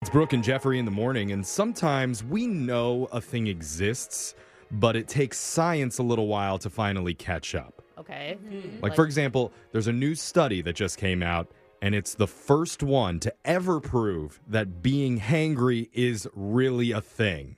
It's Brooke and Jeffrey in the morning, and sometimes we know a thing exists, but it takes science a little while to finally catch up. Okay. Mm-hmm. Like, for example, there's a new study that just came out, and it's the first one to ever prove that being hangry is really a thing.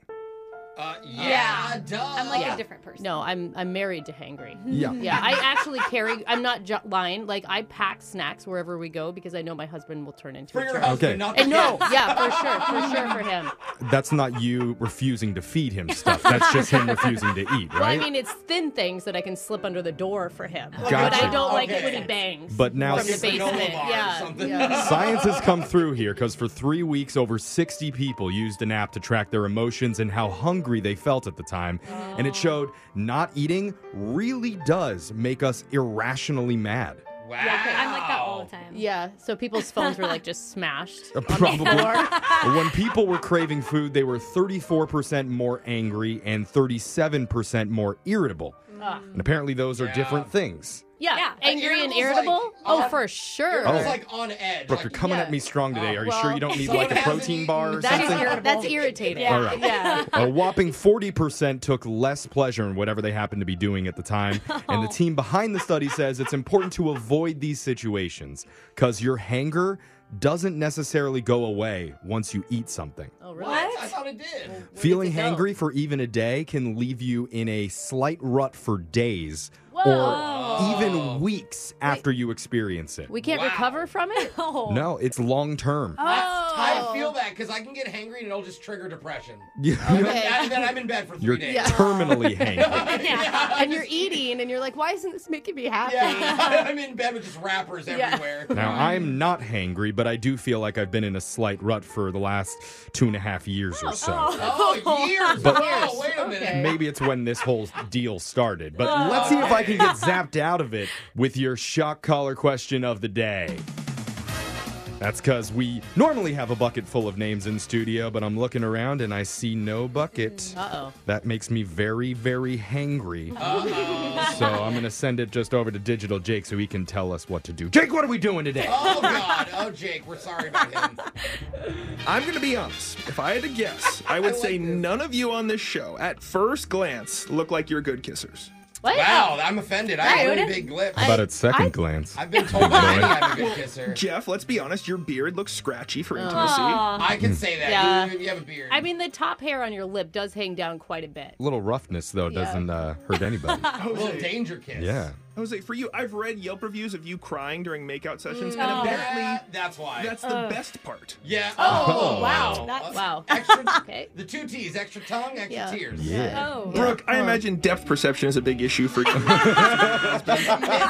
Uh, yeah, duh. I'm like Yeah. a different person. No, I'm I'm married to hangry. Yeah. Yeah, I actually carry. I'm not ju- lying. Like I pack snacks wherever we go because I know my husband will turn into. For a your jerk. husband, Okay. not the And no, kids. yeah, for sure, for sure, for him. That's not you refusing to feed him stuff. That's just him refusing to eat, right? Well, I mean, it's thin things that I can slip under the door for him, but Gotcha. I don't like it Okay. when he bangs. But now- from the Like a granola basement, bar or yeah, something. yeah. Science has come through here because for three weeks, over 60 people used an app to track their emotions and how hungry they felt at the time. And it showed not eating really does make us irrationally mad. Wow. Yeah, okay, I'm like that all the time. Yeah, so people's phones were like just smashed. Uh, on the Probably. floor. when people were craving food, they were 34% more angry and 37% more irritable. Ugh. And apparently, those are Yeah. different things. Yeah, Yeah. angry and Irritable's irritable. like, oh, uh, for sure. It's Oh. like on edge. Brooke, like, you're coming yeah. at me strong today. Oh, Are you sure well, you don't need someone like a hasn't protein eaten- bar or That is something? ir- that's irritating. Yeah. All right. Oh. Yeah. A whopping 40% took less pleasure in whatever they happened to be doing at the time. And the team behind the study says it's important to avoid these situations because your hanger doesn't necessarily go away once you eat something. Oh, What? really? I thought it did. Feeling it go? hangry for even a day can leave you in a slight rut for days Whoa. or even weeks after you experience it. We can't Wow. recover from it? Oh. No, it's long term. I, I Oh. feel that because I can get hangry and it'll just trigger depression. You- Okay. And then I'm in bed for 3 You're days. Yeah. terminally hangry. Yeah. And you're eating and you're like, why isn't this making me happy? Yeah, I'm in bed with just rappers everywhere. Now, I'm not hangry, but I do feel like I've been in a slight rut for the last two and a half years or so. Oh, years. But- wow, wait a minute. Okay. Maybe it's when this whole deal started, but Oh. let's see if I can get zapped out of it with your shock collar question of the day. That's because we normally have a bucket full of names in studio, but I'm looking around and I see no Mm, bucket. Uh oh. That makes me very, very hangry. So I'm going to send it just over to Digital Jake so he can tell us what to do. Jake, what are we doing today? Oh, God. Oh, Jake, we're sorry about him. I'm going to be honest. If I had to guess, I would like say this. none of you on this show, at first glance, look like you're good kissers. What? Wow, I'm offended. I have really Dude. big lips. But at second glance, I've been told already I'm a good kisser. Jeff, let's be honest, your beard looks scratchy for intimacy. I can say that. Yeah. You, you have a beard. I mean, the top hair on your lip does hang down quite a bit. little roughness, though, doesn't uh, hurt anybody. a little danger kiss. yeah. Jose, for you, I've read Yelp reviews of you crying during makeout sessions, and Mm. apparently That- Oh. that's why. that's the best part. yeah. Oh, wow. Not- wow. Extra, Okay. The two T's, extra tongue, extra Yeah. tears. Yeah. Oh. Brooke, I imagine depth perception is a big issue for you. a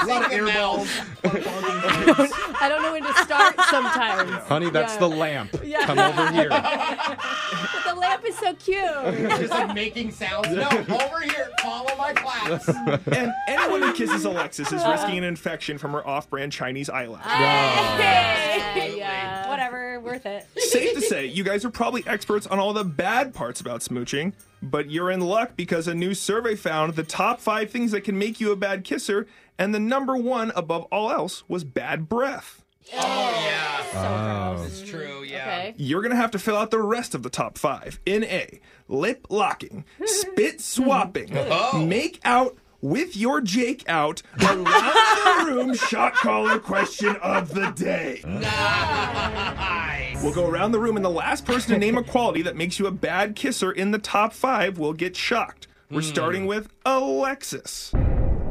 lot of air balls. I don't know when to start sometimes. Honey, that's Yeah. the lamp. Come over here. But the lamp is so cute. Just like making sounds. No, over here. Follow my claps. and anyone who kisses Alexis is risking an infection from her off brand Chinese eyelash. Hey. yeah. Whatever, worth it. Safe to say, you guys are probably experts on all the bad parts about smooching, but you're in luck because a new survey found the top five things that can make you a bad kisser, and the number one above all else was bad breath. Oh, yeah. Oh. It's true, yeah. Okay. You're gonna have to fill out the rest of the top five in A, lip locking, spit swapping, Oh. make out with your Jake out, around the room shot caller question of the day. Nice. We'll go around the room, and the last person to name a quality that makes you a bad kisser in the top five will get shocked. Hmm. We're starting with Alexis.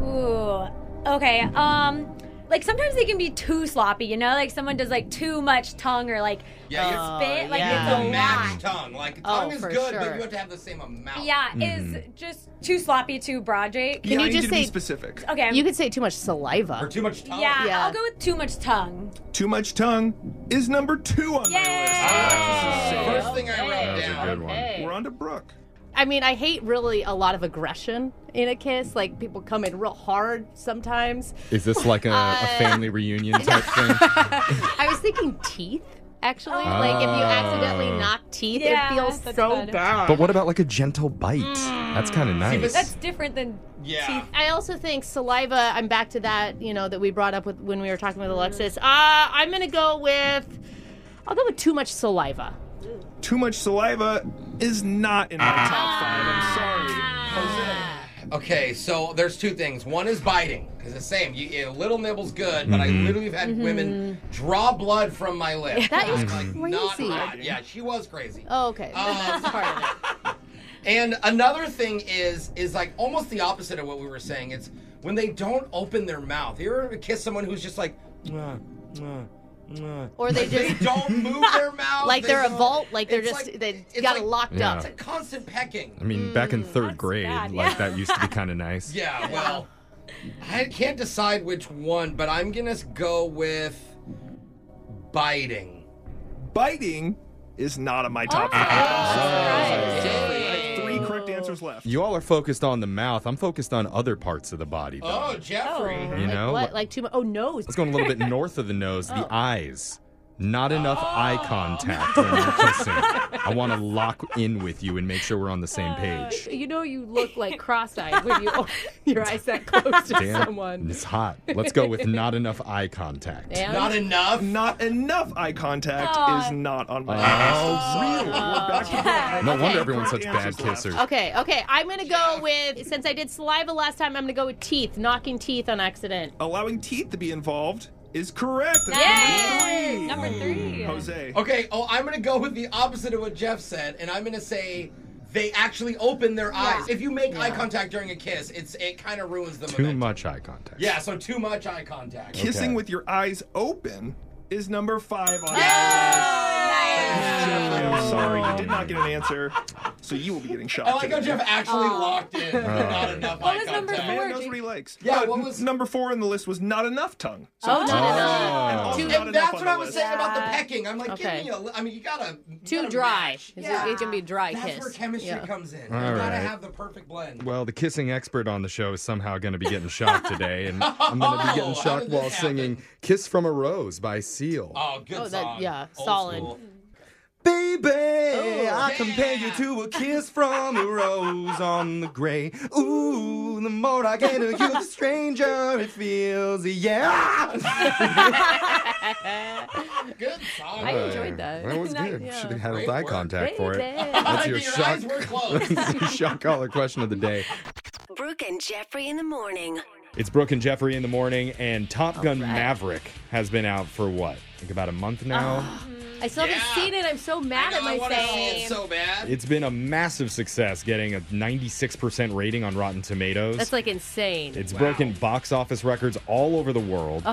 Ooh. Okay. Um, like sometimes they can be too sloppy, you know? Like someone does like too much tongue or like Yeah, you're- spit. Like yeah. it's a The match lot. tongue. Like, Oh, tongue is for good, but sure. you have to have the same amount. Yeah, is just too sloppy, too broad, Jake. yeah, you I need just you to be Oh, say- specific. Okay. I'm, You could say too much Or saliva. too much tongue. yeah, Yeah. I'll go with too much tongue. Too much tongue is number two on Yay! Ah, my list. First thing I wrote That was down. a good one. We're on to Brooke. I mean, I hate really a lot of aggression in a kiss. Like people come in real hard sometimes. Is this like a, a family reunion type thing? I was thinking teeth, actually. Ah. Like if you accidentally Oh. knock teeth, Yeah, it feels that's so good. bad. Mm. But what about like a gentle bite? That's kind of nice. That's different than Yeah. teeth. I also think saliva. I'm back to that. You know that we brought up with when we were talking with Alexis. Uh, I'm gonna go with. I'll go with too much saliva. Too much saliva is not in my Uh-huh. top five. I'm sorry. Okay, so there's two things. One is biting, because the same. You, a little nibble's good, but I literally have had women draw blood from my lip. Mm-hmm. That is Not crazy. hot. Yeah, she was crazy. Oh, okay. Um, That's part of it. And another thing is is like almost the opposite of what we were saying. It's when they don't open their mouth. You ever kiss someone who's just like Or they they just don't move their mouth. like they they're a don't- vault, like they're It's just like- they it's got it like- locked Yeah. up. It's a constant I pecking. mean, back in third grade, bad, like yeah. that used to be kind of nice. Yeah, well, I can't decide which one, but I'm gonna go with biting. Biting is not on my top Oh, five. surprise. Three correct answers left. You all are focused on the mouth. I'm focused on other parts of the body. Though. Oh, Jeffrey. You Like know, what? Like too much? Oh, nose. Let's go a little bit north of the nose, the eyes. Not enough eye contact when you're kissing. I want to lock in with you and make sure we're on the same page. You know, you look like cross-eyed when you open your eyes that close to Damn, someone. it's hot. Let's go with not enough eye contact. And Not enough. Not enough eye contact Oh. is not on my Oh, top really? Oh, five. We're back to- No Okay. wonder everyone's such bad kissers. okay, okay. I'm gonna go with since I did saliva last time. I'm gonna go with teeth, knocking teeth on accident. Oh, Allowing teeth to be involved is correct. That's Yay! number Number three. three. Jose. Okay, oh, I'm gonna go with the opposite of what Jeff said, and I'm gonna say they actually open their eyes. If you make eye contact during a kiss, it's it kind of ruins the Too momentum. much eye contact. Yeah, so too much eye contact. Kissing Okay. with your eyes open is number five on Nice. Jeffrey, I'm sorry, you did not get an answer, so you will be getting shot. Oh, I like how today. Jeff actually locked in. Oh. Not enough What eye was number contact. Man four? knows what he likes. Yeah, Uh, what n- was- number four on the list was not enough tongue. So Oh, not enough. Oh. also Too- not And enough that's on what the I was list. saying about the Yeah. pecking. I'm like, Okay. give me a. li- I mean, you gotta. you Too gotta dry. match. It's- It can be a dry That's kiss. where chemistry Yeah. comes in. You All gotta right. have the perfect blend. Well, the kissing expert on the show is somehow going to be getting shocked today, and I'm going to be Oh, getting how shocked did this while singing "Kiss from a Rose" by Seal. Oh, good Oh, that- song. yeah, Old solid. school. Baby, I Oh, yeah. compare you to a kiss from a rose on the gray. Ooh, the more I get of you, the stranger it feels. Yeah. Good song. I enjoyed that. That was Nice. good. Yeah. Should have had Great eye work. contact for it. Baby. That's your Your shock. eyes were closed. that's your shock collar question of the day. Brooke and Jeffrey in the morning. It's Brooke and Jeffrey in the morning, and Top Gun Maverick has been out for what? Like about a month now. I still Yeah. haven't seen it. I'm so mad I at know, I wanna myself. see it so bad. It's been a massive success, getting a 96% rating on Rotten Tomatoes. That's like insane. It's broken box office records all over the world.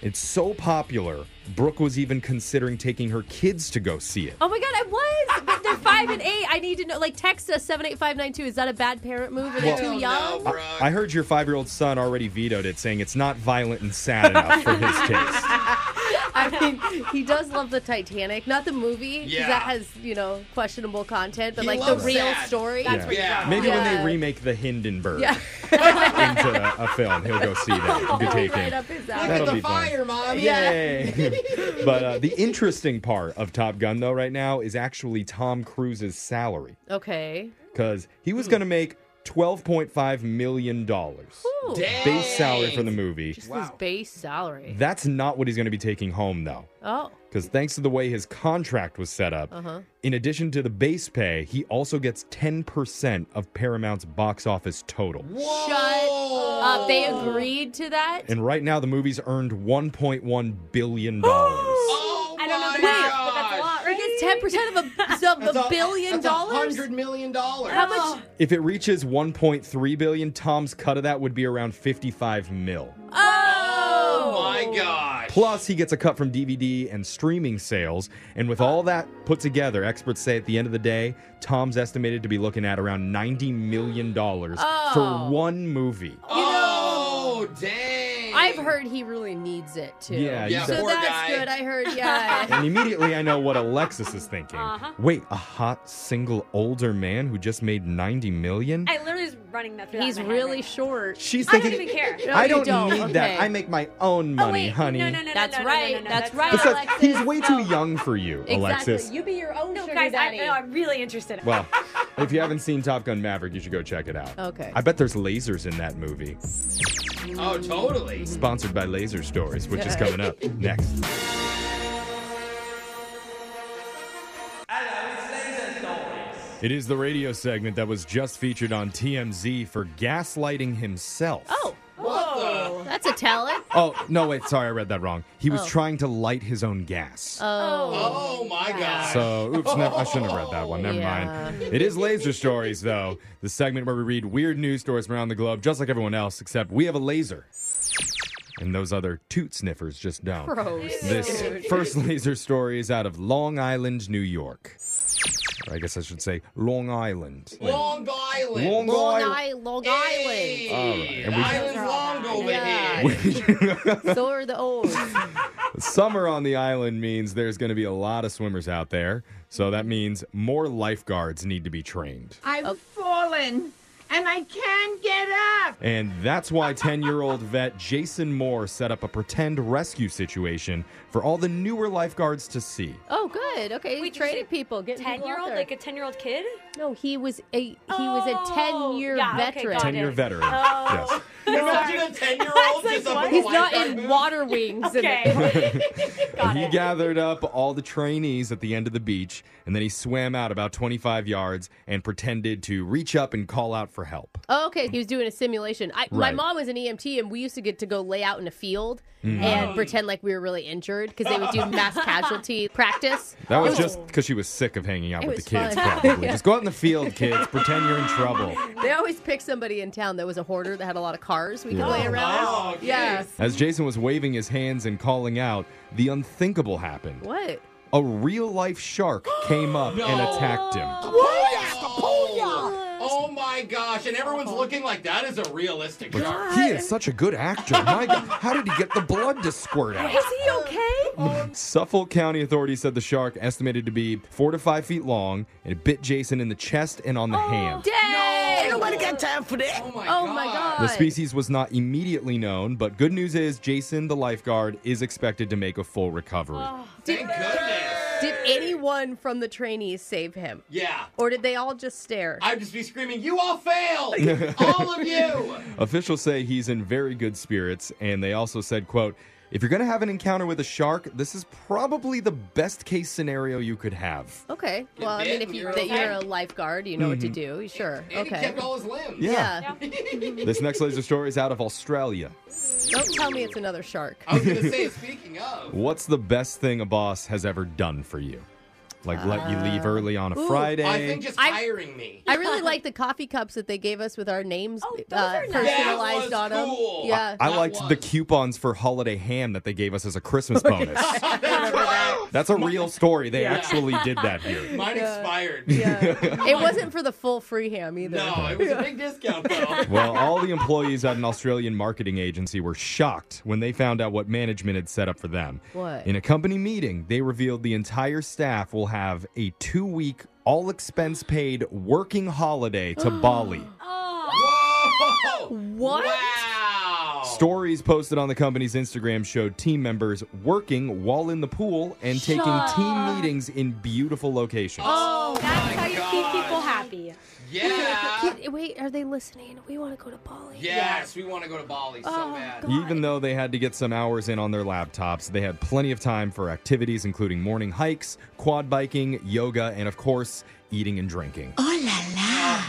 It's so popular, Brooke was even considering taking her kids to go see it. Oh my god, I was. But they're five and eight. I need to know. Like, text us seven eight five nine two. Is that a bad parent move? Are they Well- too young? No, Brooke. I heard your five year old son already vetoed it, saying it's not violent and sad enough for his taste. I mean, he does love the Titanic, not the movie, 'cause Yeah. that has you know questionable content, but He like the loves real that. story. That's Yeah. what he loves. Maybe when they Yeah. remake the Hindenburg Yeah. into a, a film, he'll go see that. He'll be taken. right up his Look alley. That'll at be the fun. fire, mom. Yay! but uh, the interesting part of Top Gun, though, right now is actually Tom Cruise's salary Okay. because he Hmm. was going to make $12.5 million Ooh, base salary for the movie. just his base salary. That's not what he's going to be taking home, though. oh, Uh-huh. Because thanks to the way his contract was set up, in addition to the base pay, he also gets 10% of Paramount's box office total. shut up. They agreed to that. And right now, the movie's earned $1.1 billion. That's Oh I don't know my the math, but that's a gosh. lot, right? Ten percent of a, of a That's billion that's dollars. $100 million. How much? If it reaches 1.3 billion, Tom's cut of that would be around 55 mil. Oh, Oh my gosh. Plus, he gets a cut from DVD and streaming sales. And with all that put together, experts say at the end of the day, Tom's estimated to be looking at around $90 million for one movie. oh, dang. I've heard he really needs it too. Yeah, Yeah, you So said- poor that's guy. good. I heard. Yeah. and immediately I know what Alexis is thinking. Uh-huh. Wait, a hot single older man who just made 90 million? I literally was running that through. that He's in my head really right now. short. She's I don't thinking, even care. No, I you don't, don't. need that. Okay. I make my Oh, own money, wait, honey. No, no, no, no, That's no, no, no, right. no, no, That's right. Besides, Alexis, he's way too no. young for you, Exactly. Alexis. You be your own No, sugar guys, I, daddy. no, I'm really interested. Well, if you haven't seen Top Gun Maverick, you should go check it out. Okay. I bet there's lasers in that movie. Oh, totally. Sponsored by Laser Stories, which is coming up next. It is the radio segment that was just featured on TMZ for gaslighting himself. Oh, What the? that's a talent. Oh, no, wait, sorry, I read that wrong. He was Oh. trying to light his own gas. Oh, Oh my gosh. So, oops, no, I shouldn't have read that one. Never Yeah. mind. It is Laser Stories, though, the segment where we read weird news stories from around the globe, just like everyone else, except we have a laser. And those other toot sniffers just don't. gross. This first laser story is out of Long Island, New York. Or I guess I should say Long Island. Long Island. Long Long Isl- Island, Long Hey, Island. Alright, and we- Island's long over Yeah. here. So are the O's. Summer on the island means there's going to be a lot of swimmers out there. So that means more lifeguards need to be trained. I've Oh. fallen and I can't get up. And that's why 10 year old vet Jason Moore set up a pretend rescue situation for all the newer lifeguards to see. Oh, good. Okay, we Wait, training is it people. Getting people out Ten year old, there. like a ten year old kid. Oh, no, he was a he was a ten year yeah, okay, veteran. got 10 year it. veteran. Oh. Imagine a 10 year old just up in He's a not lifeguard in booth. water wings. and- Okay. Yes. got He it. gathered up all the trainees at the end of the beach and then he swam out about 25 yards and pretended to reach up and call out for help. Oh, okay, he was doing a simulation. I, My Right. mom was an EMT, and we used to get to go lay out in a field Mm. Oh. and pretend like we were really injured because they would do mass casualty practice. That was Oh. just because she was sick of hanging out It with the was kids, fun. probably. Just go out in the field, kids. Pretend you're in trouble. They always picked somebody in town that was a hoarder that had a lot of cars we could lay around. Oh, okay. yeah. As Jason was waving his hands and calling out, the unthinkable happened. What? A real life shark came up and attacked him. Oh, oh my gosh. And everyone's Uh-huh. looking like that is a realistic shark. He is such a good actor. My God, how did he get the blood to squirt out? Is he okay? Suffolk County authorities said the shark, estimated to be four to five feet long, and it bit Jason in the chest and on the hand. Dang! Nobody got time for that. Oh my Oh god. my The god. species was not immediately known, but good news is Jason, the lifeguard, is expected to make a full recovery. Oh, Thank goodness. Did anyone from the trainees save him? Yeah. Or did they all just stare? I'd just be screaming, you all failed! all of you! Officials say he's in very good spirits, and they also said, quote, if you're going to have an encounter with a shark, this is probably the best case scenario you could have. Okay. Well, I bit mean, if when you, you're that you're a outside. lifeguard, you know what to do. Sure. And he Okay. kept all his limbs. Yeah. Mm-hmm. this next laser story is out of Australia. Don't tell me it's another shark. I was gonna say, speaking of, What's the best thing a boss has ever done for you? Like let you leave early on a Uh, ooh, Friday. Uh, I think just I- hiring me. I really like the coffee cups that they gave us with our names Oh, those uh, are nice. personalized on That was them. cool. Yeah. I That liked was. the coupons for holiday ham that they gave us as a Oh, Christmas bonus. That's a real story. They actually did that here. Mine expired. Oh yeah. it wasn't for the full free ham either. No, it was a big discount though. Well, uh, all the employees at an Australian marketing agency were shocked when they found out what management had set up for them. What? In a company meeting, they revealed the entire staff will have a two week, all expense paid working holiday to Bali. Oh. Whoa! What? Wow! Stories posted on the company's Instagram showed team members working while in the pool and taking Shut team meetings in beautiful locations. Oh, That's my how you keep gosh. people happy. Yeah. Kid- wait, are they listening? We want to go to Bali. Yes, we want to go to Bali so Oh bad. Even though they had to get some hours in on their laptops, they had plenty of time for activities including morning hikes, quad biking, yoga, and of course, eating and drinking.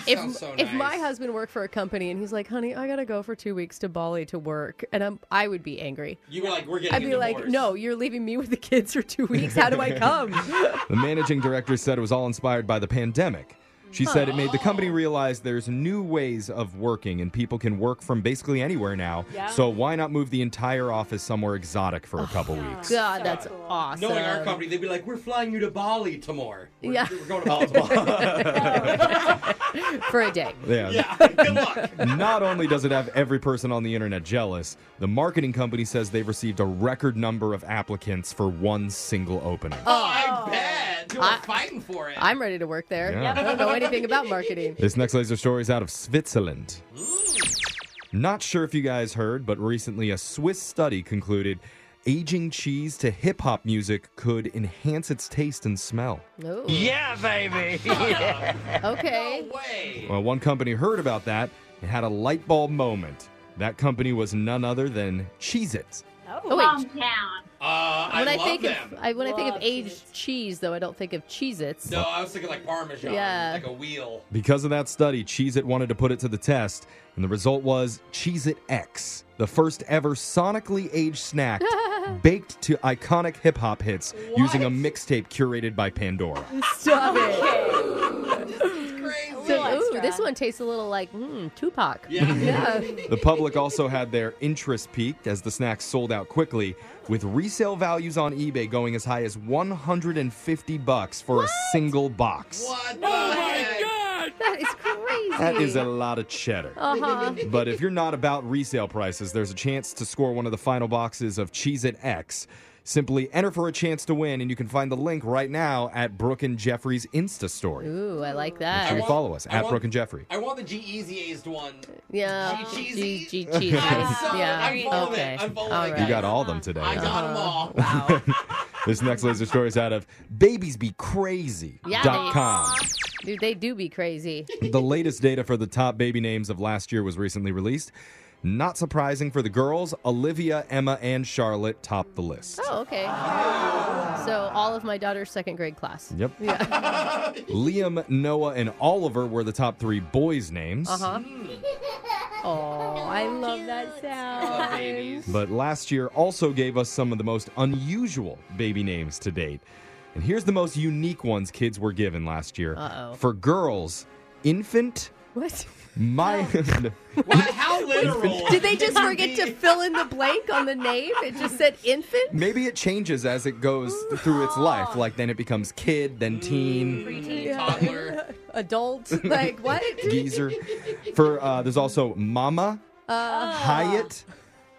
If, Sounds so if my nice. husband worked for a company and he's like, honey, I got to go for two weeks to Bali to work, and I'm, I would be angry. You were like, we're getting I'd a be divorce. like, no, you're leaving me with the kids for two weeks. How do I come? The managing director said it was all inspired by the pandemic. She said it made the company realize there's new ways of working and people can work from basically anywhere now. Yeah. So why not move the entire office somewhere exotic for a couple weeks? God, that's awesome. Knowing our company, they'd be like, we're flying you to Bali tomorrow. We're, Yeah. We're going to Bali tomorrow. For a day. Yeah. yeah. Good luck. Not only does it have every person on the internet jealous, the marketing company says they've received a record number of applicants for one single opening. Oh, I bet. They were I- fighting for it. I'm ready to work there. Yeah. I don't know anything about marketing. This next laser story is out of Switzerland. Not sure if you guys heard, but recently a Swiss study concluded aging cheese to hip hop music could enhance its taste and smell. Ooh. Yeah, baby. Okay. no way. Well, one company heard about that and had a light bulb moment. That company was none other than Cheez It. Oh. Oh, wait. Calm down. Uh, I When I, love think them. of I, when I think of Love aged Cheez-Its. cheese, though, I don't think of Cheez-Its. No, I was thinking like Parmesan, Yeah. like a wheel. Because of that study, Cheez It wanted to put it to the test, and the result was Cheez It X, the first ever sonically aged snack baked to iconic hip hop hits using a mixtape curated by Pandora. Stop it. It's crazy. So, ooh, extra. this one tastes a little like mm, Tupac. Yeah. The public also had their interest peaked as the snacks sold out quickly, with resale values on eBay going as high as 150 bucks for a single box. What the heck? That is crazy. That is a lot of cheddar. Uh-huh. But if you're not about resale prices, there's a chance to score one of the final boxes of Cheez It X. Simply enter for a chance to win, and you can find the link right now at Brooke and Jeffrey's Insta story. Ooh, I like You that. can folloll us I at want- Brooke and Jeffrey. I want the G Easy's one. Yeah. Cheez-Its. G- G- I'm Cheez-Its. sorry, I'm Yeah. following it, Okay. Uh-huh. I'm All following it. right. You got all of them today. I huh? got them all. This next laser story is out of babiesbecrazy.com. Dude, they do be crazy. the latest data for the top baby names of last year was recently released. Not surprising for the girls, Olivia, Emma, and Charlotte topped the list. Oh, okay. So all of my daughter's second grade class. Yep. Liam, Noah, and Oliver were the top three boys' names. Uh-huh. Oh, I love that sound. Babies. But last year also gave us some of the most unusual baby names to date. And here's the most unique ones kids were given last year. Uh-oh. For girls, infant, What? my. Why, how literal. Did they just forget to fill in the blank on the name? It just said infant? Maybe it changes as it goes through its life. Like then it becomes kid, then teen, toddler? Adult? Mm. Like what? geezer. For uh, there's also Mama, Ah. Uh, Oh, Hyatt,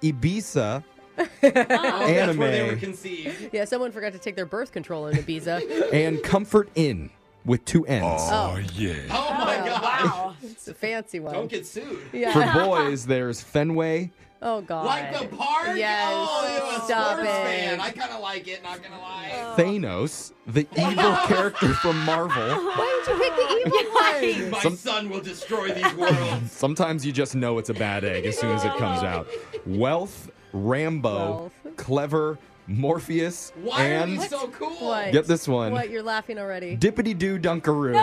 Ibiza, That's where they were Anime, conceived. Yeah, someone forgot to take their birth control in Ibiza. and Comfort Inn with two N's. Oh, Oh my god. Wow. it's a fancy one. Don't get sued. For yeah. boys, there's Fenway, Oh god. Like the park? Yes. Oh, you're a Stop sports it. fan. I kind of like it, not gonna lie. Thanos, the evil character from Marvel. Why would you pick the evil one? My Some- son will destroy these worlds. Sometimes you just know it's a bad egg as soon as it comes out. Wealth, Rambo, Wealth. Clever, Morpheus, Why are and you so cool? What? get this one, What? You're laughing already. Dippity Doo Dunkaroo.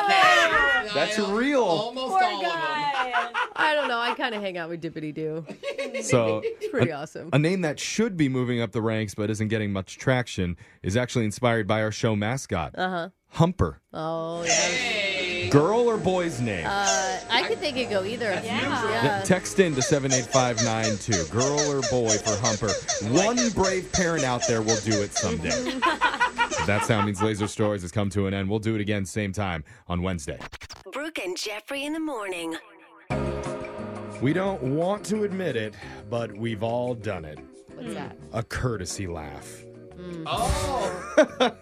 Okay. That's I- real. Almost Poor all of them. guy. I don't know. I kind of hang out with Dippity Doo. So, It's pretty awesome. a name that should be moving up the ranks but isn't getting much traction is actually inspired by our show mascot, uh-huh. Humper. oh yeah. Girl or boy's name? Uh, I could think it go either. Yeah, Yeah. Text in to 78592. Girl or boy for Humper. One brave parent out there will do it someday. that sound means Laser Stories has come to an end. We'll do it again same time on Wednesday. Brooke and Jeffrey in the morning. We don't want to admit it, but we've all done it. What's that? A courtesy laugh. Oh. yeah,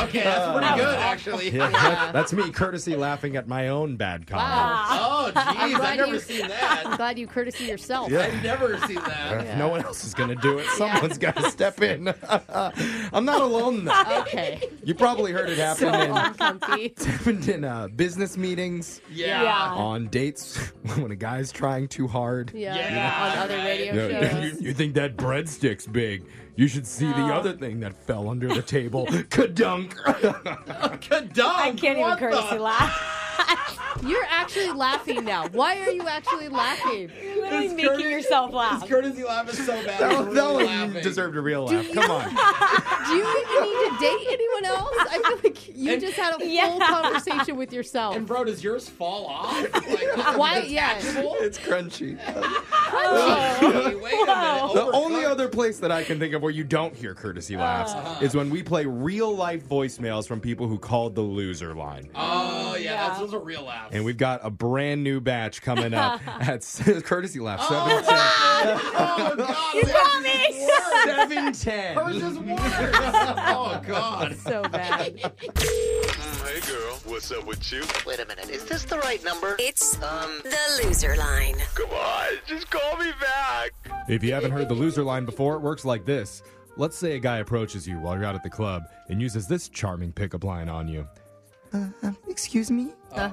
that, okay. That's pretty good, actually. Uh, Yeah, that- that's me courtesy laughing at my own bad comment. Wow. Oh, jeez. glad I've never you- seen I'm that. glad you courtesy yourself. I've never seen that. If no one else is going to do it, someone's got to step in. I'm not alone, Oh, though. Okay. You probably heard it happen in, Comfy. happened in uh, business meetings, Yeah. Yeah. on dates, when a guy's trying too hard. Yeah. Yeah, On other right. radio Yeah, shows. you think that breadstick's big? You should see the other thing that fell under the table. Kadunk. Kadunk. I can't even What the- courtesy laugh. You're actually laughing now. Why are you actually laughing? You're literally It's making courtesy- yourself This laugh. courtesy laugh is so bad. that I'm really one- that one laughing. deserved a real laugh. Come on. Do you even need to date anyone else? I feel like you just had a full Yeah. conversation with yourself. And bro, does yours fall off? Like, Why? Yeah. It's crunchy. Hey, wait a Oh minute. The only other place that I can think of where you don't hear courtesy laughs Uh. is when we play real life voicemails from people who called the loser line. Oh yeah, that's those are real laughs. And we've got a brand new batch coming up at courtesy laugh Oh god, you got me. 710. 710. Hers is worse. Oh god. So bad. Hey girl, what's up with you? Wait a minute, is this the right number? It's uh, the loser line. Come on, just call me back. If you haven't heard the loser line before, it works like this. Let's say a guy approaches you while you're out at the club and uses this charming pickup line on you. Uh-huh. Excuse me,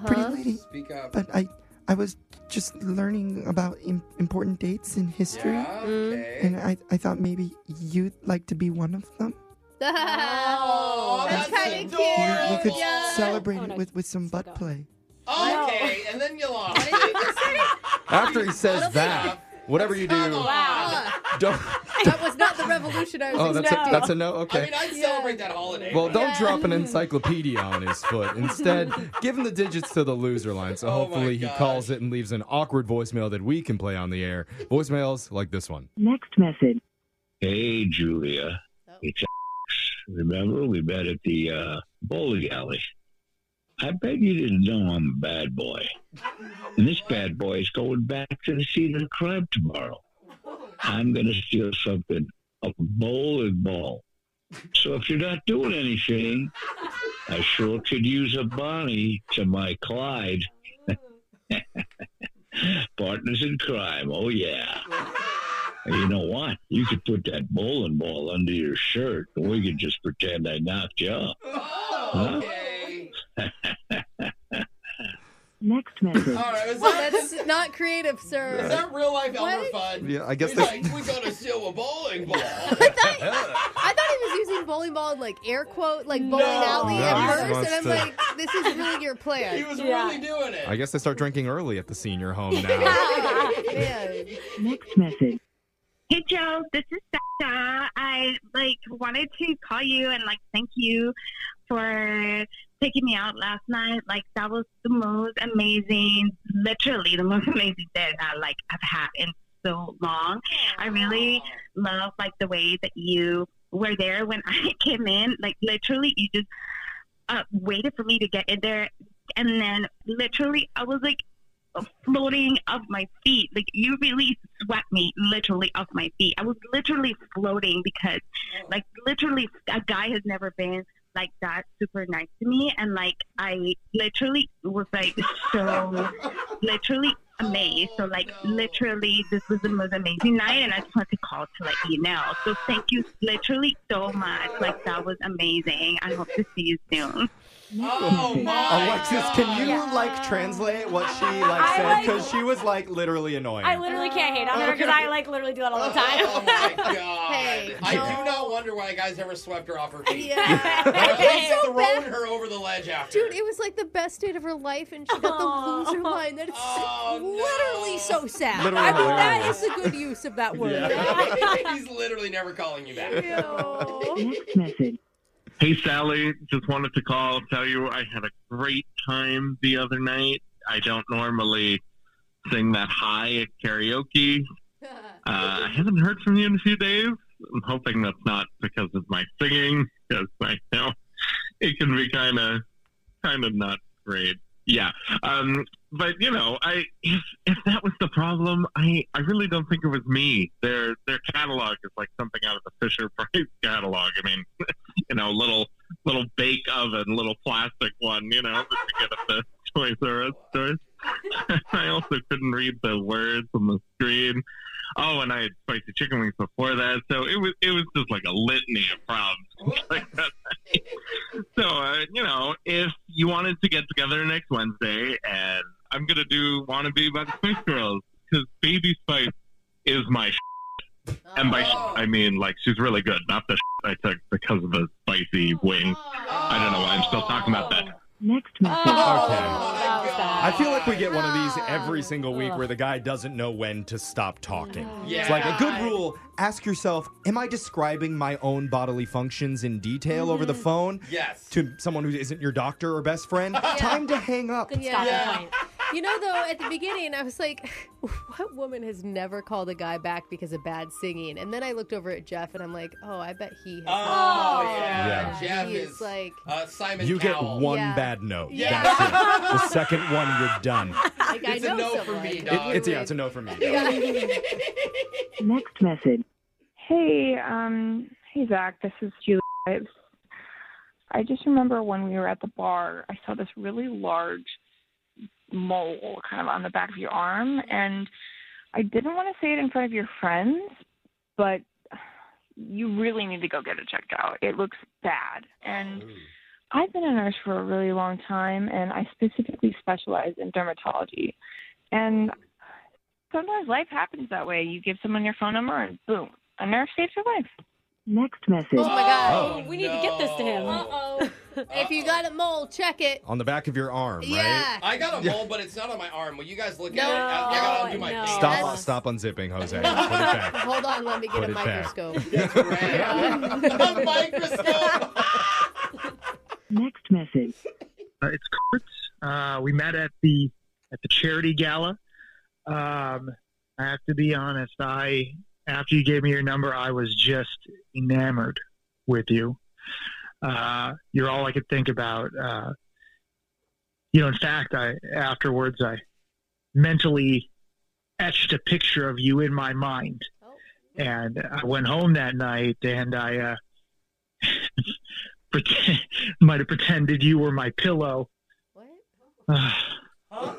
pretty lady, Speak up. but I I was just learning about Im- important dates in history. Yeah, Mm. okay. And I, I thought maybe you'd like to be one of them. Oh, that's that's kind of You, adorable. cute. you could Yeah. Oh, celebrate it with, with some butt play. Okay, and then you lost. After he says that, whatever you do, Wow. don't. that was not the revolution I was Oh, that's a, expecting. that's a no. I Okay. mean, I'd celebrate that holiday. Well, don't Yeah. drop an encyclopedia on his foot. Instead, give him the digits to the loser line. So Oh my hopefully he gosh. calls it and leaves an awkward voicemail that we can play on the air. Voicemails like this one. Next message. Hey, Julia. It's Remember, we met at the uh, bowling alley. I bet you didn't know I'm a bad boy. And this bad boy is going back to the scene of the crime tomorrow. I'm going to steal something, a bowling ball. So if you're not doing anything, I sure could use a Bonnie to my Clyde. Partners in crime, oh yeah. And You know what? You could put that bowling ball under your shirt, and we could just pretend I knocked you up. Oh, okay. Next message. All right, is that, is That's not creative, sir. that real life Elmer What? Fudd? Yeah, I guess He's they- like, we're going to steal a bowling ball. I thought he was using bowling ball in like air quote, like bowling alley No, he at wants first, and I'm to- like, this is really your he plan. was Yeah. really doing it. I guess they start drinking early at the senior home now. Man. Next message. Hey Joe, this is Sasha. I like wanted to call you and like thank you for taking me out last night. Like that was the most amazing, literally the most amazing day I like I've had in so long. I really love like the way that you were there when I came in. Like literally, you just uh, waited for me to get in there, and then literally I was like floating off my feet. Like you really swept me literally off my feet. I was literally floating because like literally a guy has never been like that super nice to me and like I literally was like so literally amazed. So like literally this was the most amazing night and I just wanted to call to let you know. So thank you literally so much. Like that was amazing. I hope to see you soon. oh, my Alexis, God. can you like translate what she like I, said? like- Because she was like literally annoying. I literally can't hate on her because I like literally do that all the Oh time. my god! Hey, I no. do not wonder why guys never swept her off her feet. Yeah. At least so thrown bad. her over the ledge after. Dude, it was like the best date of her life, and she got Aw. the loser line. That's Oh, no. literally so sad. Literally I mean, that hilarious. is a good use of that word. He's literally never calling you back. Oh, Ew. Next message. Hey, Sally. Just wanted to call, tell you I had a great time the other night. I don't normally sing that high at karaoke. Uh, I haven't heard from you in a few days. I'm hoping that's not because of my singing, because I know it can be kind of, kind of not great. Yeah. Um, but you know, I if, if that was the problem, I, I really don't think it was me. Their their catalog is like something out of the Fisher Price catalog. I mean, you know, little little bake oven, little plastic one, you know, that you get at the Toys R Us stores. I also couldn't read the words on the screen. Oh, and I had spicy chicken wings before that, so it was it was just like a litany of problems. like that night. so uh, you know, if you wanted to get together next Wednesday, and I'm gonna do "Wanna Be" by the Spice Girls because Baby Spice is my and Oh. by sh- I mean, like, she's really good. Not the sh- I took because of the spicy wing. I don't know why I'm still talking about that. Next message. Oh, Okay. that was I bad. feel like we get one of these every single week where the guy doesn't know when to stop talking. It's like a good Yeah. rule. Ask yourself, am I describing my own bodily functions in detail over the phone Mm-hmm. Yes. to someone who isn't your doctor or best friend? Time to hang up. Yeah. Yeah. You know, though, at the beginning, I was like, what woman has never called a guy back because of bad singing? And then I looked over at Jeff and I'm like, oh, I bet he has. Oh, yeah. Yeah. Jeff He is, is like- uh, Simon. You get Cowell. one Yeah. bad note. Yeah. That's it. The second one, you're done. Like, I It's a know no for someone. me, It- dog. it's yeah, it's a no for me. Next message. Hey, um, hey Zach, this is Julie. I was- I just remember when we were at the bar, I saw this really large mole kind of on the back of your arm, and I didn't want to say it in front of your friends, but you really need to go get it checked out. It looks bad. And I've been a nurse for a really long time, and I specifically specialize in dermatology. And sometimes life happens that way. You give someone your phone number, and boom, a nerve saves your life. Next message. Oh my god. Oh, we need to get this to him. Uh-oh. if you got a mole, check it. On the back of your arm, Yeah. right? I got a Yeah. mole, but it's not on my arm. Will you guys look No, at it? Uh, I, I gotta undo my no. thing. Stop, stop unzipping, Jose. Put it back. Hold on, let me get Put a it back. microscope. a microscope. Next message. Uh, it's Kurt. Uh, we met at the at the charity gala. Um, I have to be honest. I after you gave me your number, I was just enamored with you. Uh, you're all I could think about. Uh, you know, in fact, I afterwards I mentally etched a picture of you in my mind, and I went home that night and I. Uh, pretend, might have pretended you were my pillow.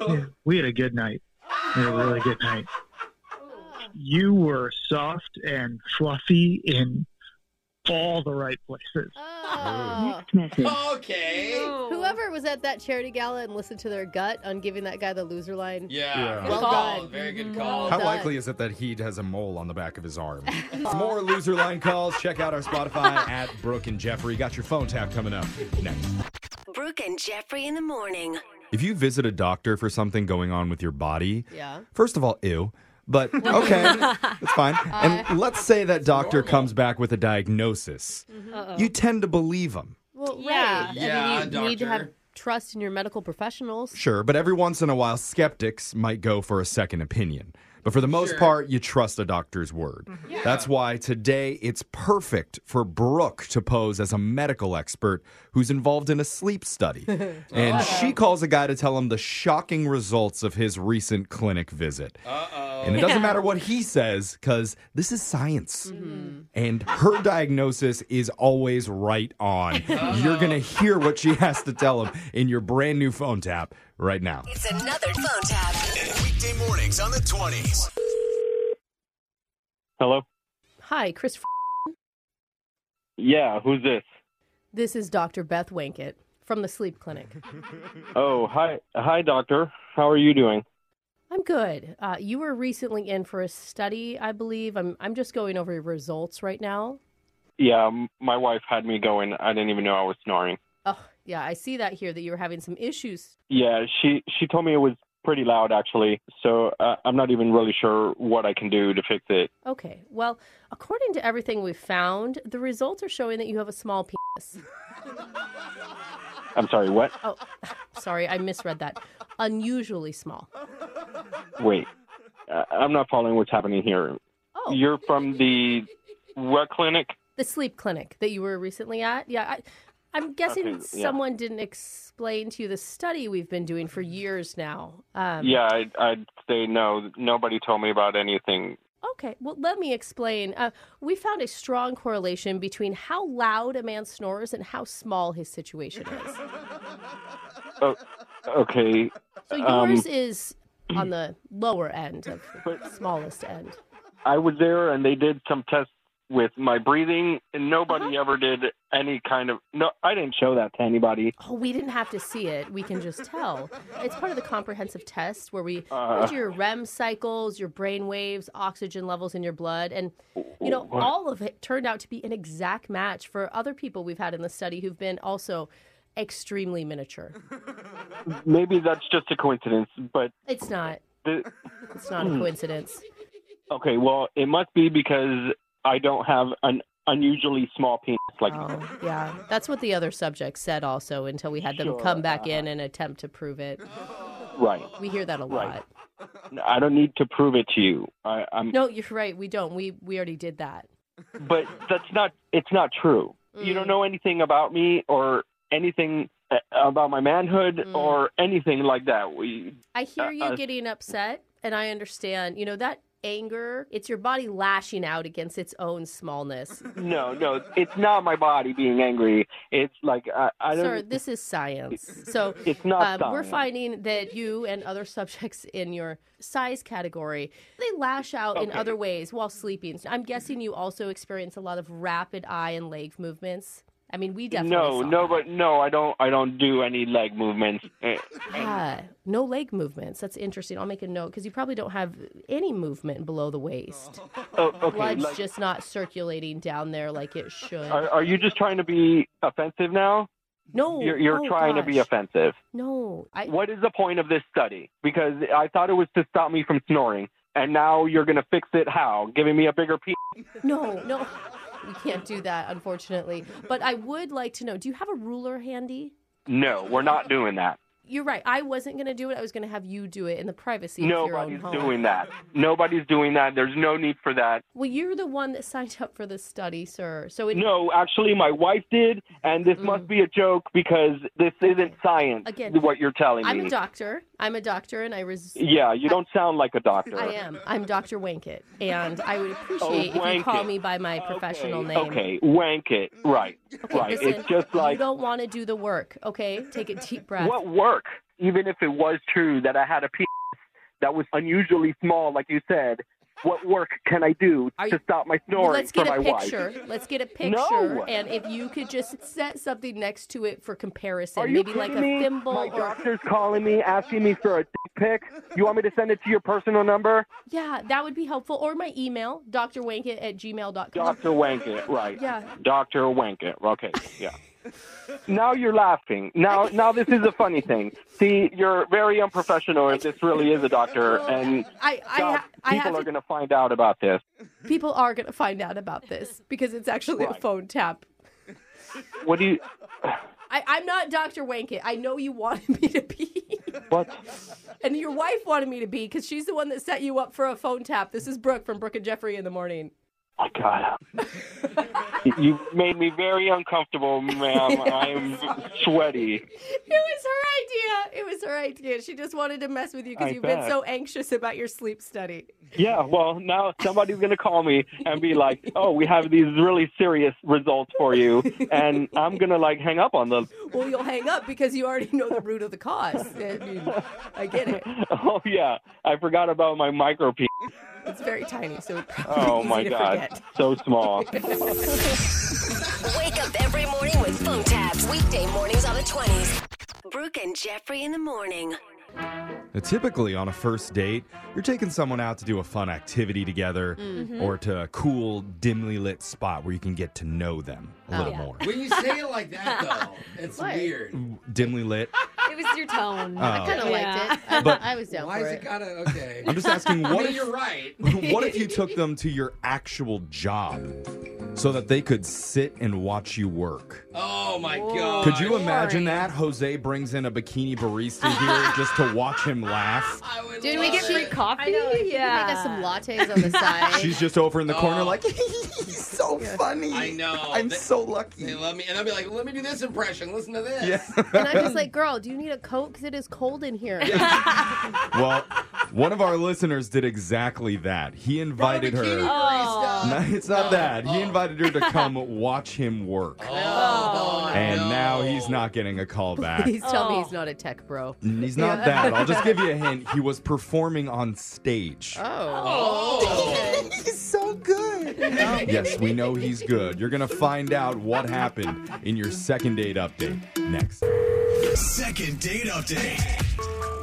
Yeah, we had a good night. We had a really good night. You were soft and fluffy in all the right places. Next message. Okay. Oh. Whoever was at that charity gala and listened to their gut on giving that guy the loser line. Yeah. Yeah. Good Well call. done. Very good Mhm. call. How likely is it that he has a mole on the back of his arm? For more loser line calls, check out our Spotify at Brooke and Jeffrey. Got your phone tap coming up next. Brooke and Jeffrey in the morning. If you visit a doctor for something going on with your body, Yeah. first of all, ew. But okay, that's fine. And let's say that doctor comes back with a diagnosis. Uh-oh. You tend to believe him, Well, Yeah. right. Yeah, I mean, you need to have doctor. trust in your medical professionals. sure, but every once in a while, skeptics might go for a second opinion. But for the most Sure. part, you trust a doctor's word. That's why today it's perfect for Brooke to pose as a medical expert who's involved in a sleep study. Oh. And she calls a guy to tell him the shocking results of his recent clinic visit. Uh-oh. And it doesn't matter what he says, because this is science. And her diagnosis is always right on. You're going to hear what she has to tell him in your brand new phone tap right now. It's another phone tap. Weekday mornings on the 20s. Hello? Hi, Chris. Yeah, who's this? This is Dr. Beth Wankett from the sleep clinic. Oh, hi, hi, doctor. How are you doing? I'm good. Uh, you were recently in for a study, I believe. I'm I'm just going over your results right now. Yeah, m- my wife had me going. I didn't even know I was snoring. Oh, yeah, I see that here that you were having some issues. Yeah, she she told me it was pretty loud actually, so uh, I'm not even really sure what I can do to fix it. Okay. Well, according to everything we've found, the results are showing that you have a small penis. I'm sorry. What? Oh, sorry, I misread that. Unusually small. Wait, uh, I'm not following what's happening here. Oh. You're from the what clinic? The sleep clinic that you were recently at. Yeah, I, I'm guessing Okay, yeah. someone didn't explain to you the study we've been doing for years now. Um, yeah, I'd, I'd say no. Nobody told me about anything. Okay, well, let me explain. Uh, we found a strong correlation between how loud a man snores and how small his situation is. Oh, okay. So um, yours is on the lower end of the smallest end. I was there and they did some tests with my breathing and Uh-huh. nobody ever did any kind of no I didn't show that to anybody. Oh, we didn't have to see it. We can just tell. It's part of the comprehensive test where we Uh. measure your REM cycles, your brain waves, oxygen levels in your blood, and you know What? all of it turned out to be an exact match for other people we've had in the study who've been also extremely miniature. Maybe that's just a coincidence, but It's not. the, It's not a Hmm. coincidence. okay, well, it must be because I don't have an unusually small penis like Yeah, that's what the other subjects said also until we had them Sure, come back in and attempt to prove it. right. We hear that a lot. Right. I don't need to prove it to you. I I'm No, you're right. We don't. We we already did that. but that's not it's not true. You Mm. don't know anything about me or anything uh, about my manhood or anything like that. We Mm. I hear you Uh, uh, getting upset and I understand. You know that anger, it's your body lashing out against its own smallness. No, no, it's not my body being angry. It's like I, I don't. Sir, this is science. So um, It's not we're science. finding that you and other subjects in your size category they lash out in Okay. other ways while sleeping. I'm guessing you also experience a lot of rapid eye and leg movements. I mean, we definitely no, saw no, but no, I don't. I don't do any leg movements. Eh. Yeah, no leg movements. That's interesting. I'll make a note because you probably don't have any movement below the waist. Oh, okay, Blood's like- just not circulating down there like it should. Are, are you just trying to be offensive now? No, you're, you're oh, trying to be gosh. offensive. No, I, What is the point of this study? Because I thought it was to stop me from snoring, and now you're going to fix it how? Giving me a bigger piece? no, no. We can't do that, unfortunately. But I would like to know do you have a ruler handy? No, we're not doing that. You're right. I wasn't going to do it. I was going to have you do it in the privacy of your own Nobody's home. doing that. Nobody's doing that. There's no need for that. Well, you're the one that signed up for this study, sir. So it, No, actually, my wife did, and this must be a joke because this isn't science. Mm. Again, what you're telling I'm me. a doctor. I'm a doctor, and I res- Yeah, you don't sound like a doctor. I am. I'm Dr. Wankett, and I would appreciate if you Wankett. call me by my professional name. Oh, Mm. Okay, wank it. Right, right. Listen, it's just you like don't want to do the work. Okay, take a deep breath. what work? Even if it was true that I had a penis that was unusually small, like you said, what work can I do to stop my snoring Let's get for a my picture. wife? Let's get a picture, No. and if you could just set something next to it for comparison, Are you maybe like kidding me? a thimble My or doctor's calling me, asking me for a dick pic. You want me to send it to your personal number? yeah, that would be helpful. Or my email, drwankett at gmail.com. Dr. Wankett, right. Yeah. Dr. Wankett. Okay, yeah. now you're laughing. Now now this is a funny thing. See, you're very unprofessional if this really is a doctor and I, I, God, ha- I have people are going to find out about this. people are going to find out about this because it's actually a phone tap. What do you I, I'm not Dr. Wankett. I know you wanted me to be. What? And your wife wanted me to be because she's the one that set you up for a phone tap. This is Brooke from Brooke and Jeffrey in the morning. Oh god. you made me very uncomfortable, ma'am. I'm sweaty. It was her idea. It was her idea. She just wanted to mess with you because I you've been bet. so anxious about your sleep study. Yeah, well, now somebody's going to call me and be like, "Oh, we have these really serious results for you." And I'm going to like hang up on them. Well, you'll hang up because you already know the root of the cause. I mean, I get it. Oh yeah, I forgot about my micro penis. It's very tiny, so it's probably Oh easy my to god, forget. so small. Wake up every morning with phone tabs. Weekday mornings on the 20s. Brooke and Jeffrey in the morning. Now, typically, on a first date, you're taking someone out to do a fun activity together Mhm. or to a cool, dimly lit spot where you can get to know them a little more. When you say it like that, though, it's weird. Dimly lit. It was your tone. Oh. I kinda liked it. I- But- I was down Why for is it. it gotta okay? I'm just asking, I what mean, if- you're right? what if you took them to your actual job so that they could sit and watch you work? Oh my god! Could you imagine that? Jose brings in a bikini barista here just to watch him laugh. Did we get free coffee? I know. yeah. Make us some lattes on the side. She's just over in the corner, Oh. like, He's so funny. I know. I'm They- so lucky. They love me, and I'll be like, "Let me do this impression. Listen to this." And I'm just like, girl, do you need a coat? Because it is cold in here. well, one of our listeners did exactly that. He invited her. No, Oh. it's not that. Oh. He invited her to come watch him work. Oh, Oh. and now he's not getting a call back. Please tell me he's Oh. not a tech bro. Mm, He's not Yeah. that. I'll just give you a hint. He was performing on stage. Oh. He's so good. Um, Yes, we know he's good. You're going to find out what happened in your second date update next. Second date update.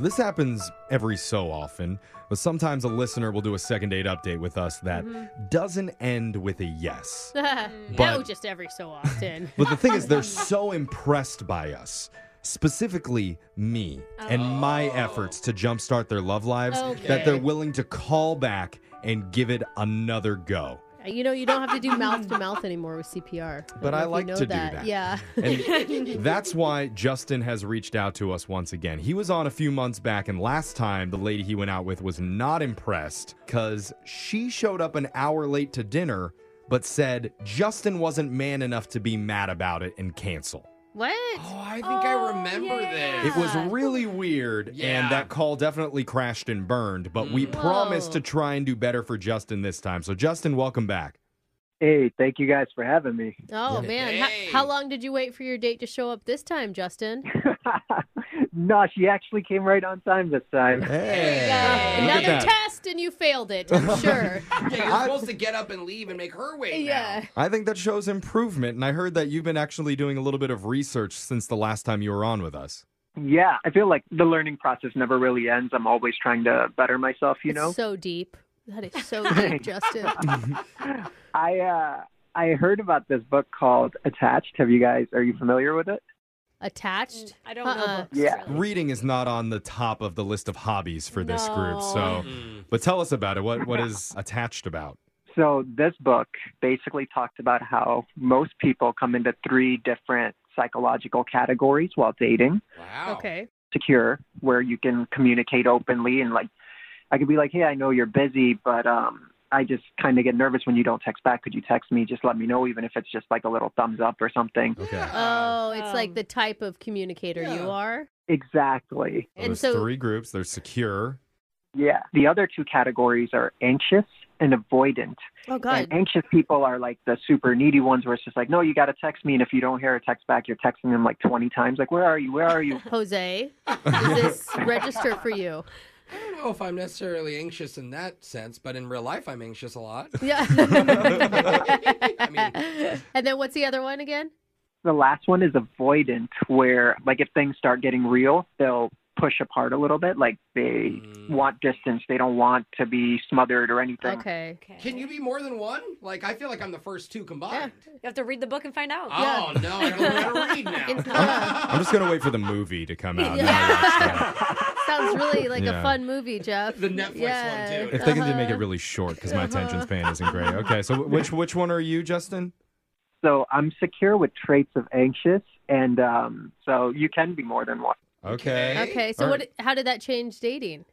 This happens every so often, but sometimes a listener will do a second date update with us that Mhm. doesn't end with a yes. no, But- just every so often. But the thing is, they're so impressed by us, specifically me and my efforts to jumpstart their love lives, Oh. Okay. that they're willing to call back and give it another go. you know, you don't have to do mouth to mouth anymore with CPR. I But don't know I if you like know to do that. Yeah. And That's why Justin has reached out to us once again. He was on a few months back, and last time the lady he went out with was not impressed because she showed up an hour late to dinner, but said Justin wasn't man enough to be mad about it and cancel. What? Oh, I think I remember this. It was really weird, and that call definitely crashed and burned. But we Whoa. promised to try and do better for Justin this time. So, Justin, welcome back. Hey, thank you guys for having me. Oh, man. How- How, long did you wait for your date to show up this time, Justin? No, she actually came right on time this time. Hey, Another test. test and you failed it, I'm sure. Yeah, you're supposed to get up and leave and make her wait. yeah. I think that shows improvement, and I heard that you've been actually doing a little bit of research since the last time you were on with us. Yeah, I feel like the learning process never really ends. I'm always trying to better myself, you know? So deep. That is so deep, Justin. I uh, I heard about this book called Attached. Have you guys are you familiar with it? Attached? Uh-uh. I don't know. Yeah. Reading is not on the top of the list of hobbies for this group. No. So, Mm-hmm. but tell us about it. What what is attached about? So this book basically talked about how most people come into three different psychological categories while dating. Okay. Secure, where you can communicate openly and like I could be like, "Hey, I know you're busy, but um I just kind of get nervous when you don't text back. Could you text me? Just let me know even if it's just like a little thumbs up or something." Okay. Um, Oh, it's like the type of communicator you are. Exactly. Well, there's three groups. They're secure. Yeah. The other two categories are anxious and avoidant. Oh, God. And anxious people are like the super needy ones where it's just like, no, you got to text me. And if you don't hear a text back, you're texting them like 20 times. Like, where are you? Where are you? Jose, does this register for you? I don't know if I'm necessarily anxious in that sense, but in real life, I'm anxious a lot. Yeah. and then what's the other one again? the last one is avoidant, where like if things start getting real, they'll push apart a little bit. Like they Mm. want distance, they don't want to be smothered or anything. Okay. Can you be more than one? Like, I feel like I'm the first two combined. You have to read the book and find out. Oh, no. I don't know how to read now. I'm just gonna wait for the movie to come out. Sounds really like Yeah. a fun movie, Jeff. The Netflix yeah. Uh-huh. If they can just make it really short, because my attention span isn't great. Okay, so wh- which which one are you, Justin? So I'm secure with traits of anxious, and um, so you can be more than one. Okay. Okay, so what? How did that change dating?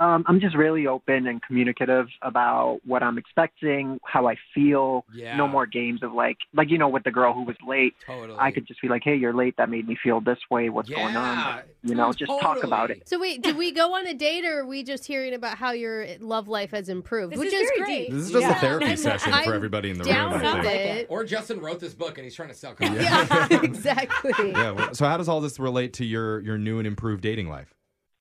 Um, I'm just really open and communicative about what I'm expecting, how I feel. Yeah. No more games of like, like you know, with the girl who was late. Totally. I could just be like, hey, you're late. That made me feel this way. What's going on? You know, just talk about it. So wait, did we go on a date, or are we just hearing about how your love life has improved, which is, great? This is just a therapy I'm- session I'm for everybody in the down room. I with think. it. Or Justin wrote this book and he's trying to sell copies. exactly. Yeah. well, So how does all this relate to your your new and improved dating life?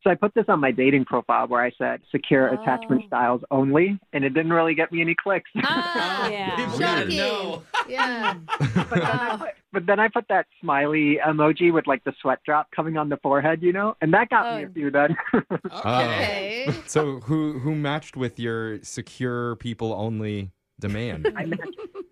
So I put this on my dating profile where I said secure Oh. attachment styles only, and it didn't really get me any clicks. Ah. yeah. Shocking. Yeah. uh, but then I put that smiley emoji with like the sweat drop coming on the forehead, you know, and that got Oh. me a few then. Okay. Oh. So who who matched with your secure people only demand? I met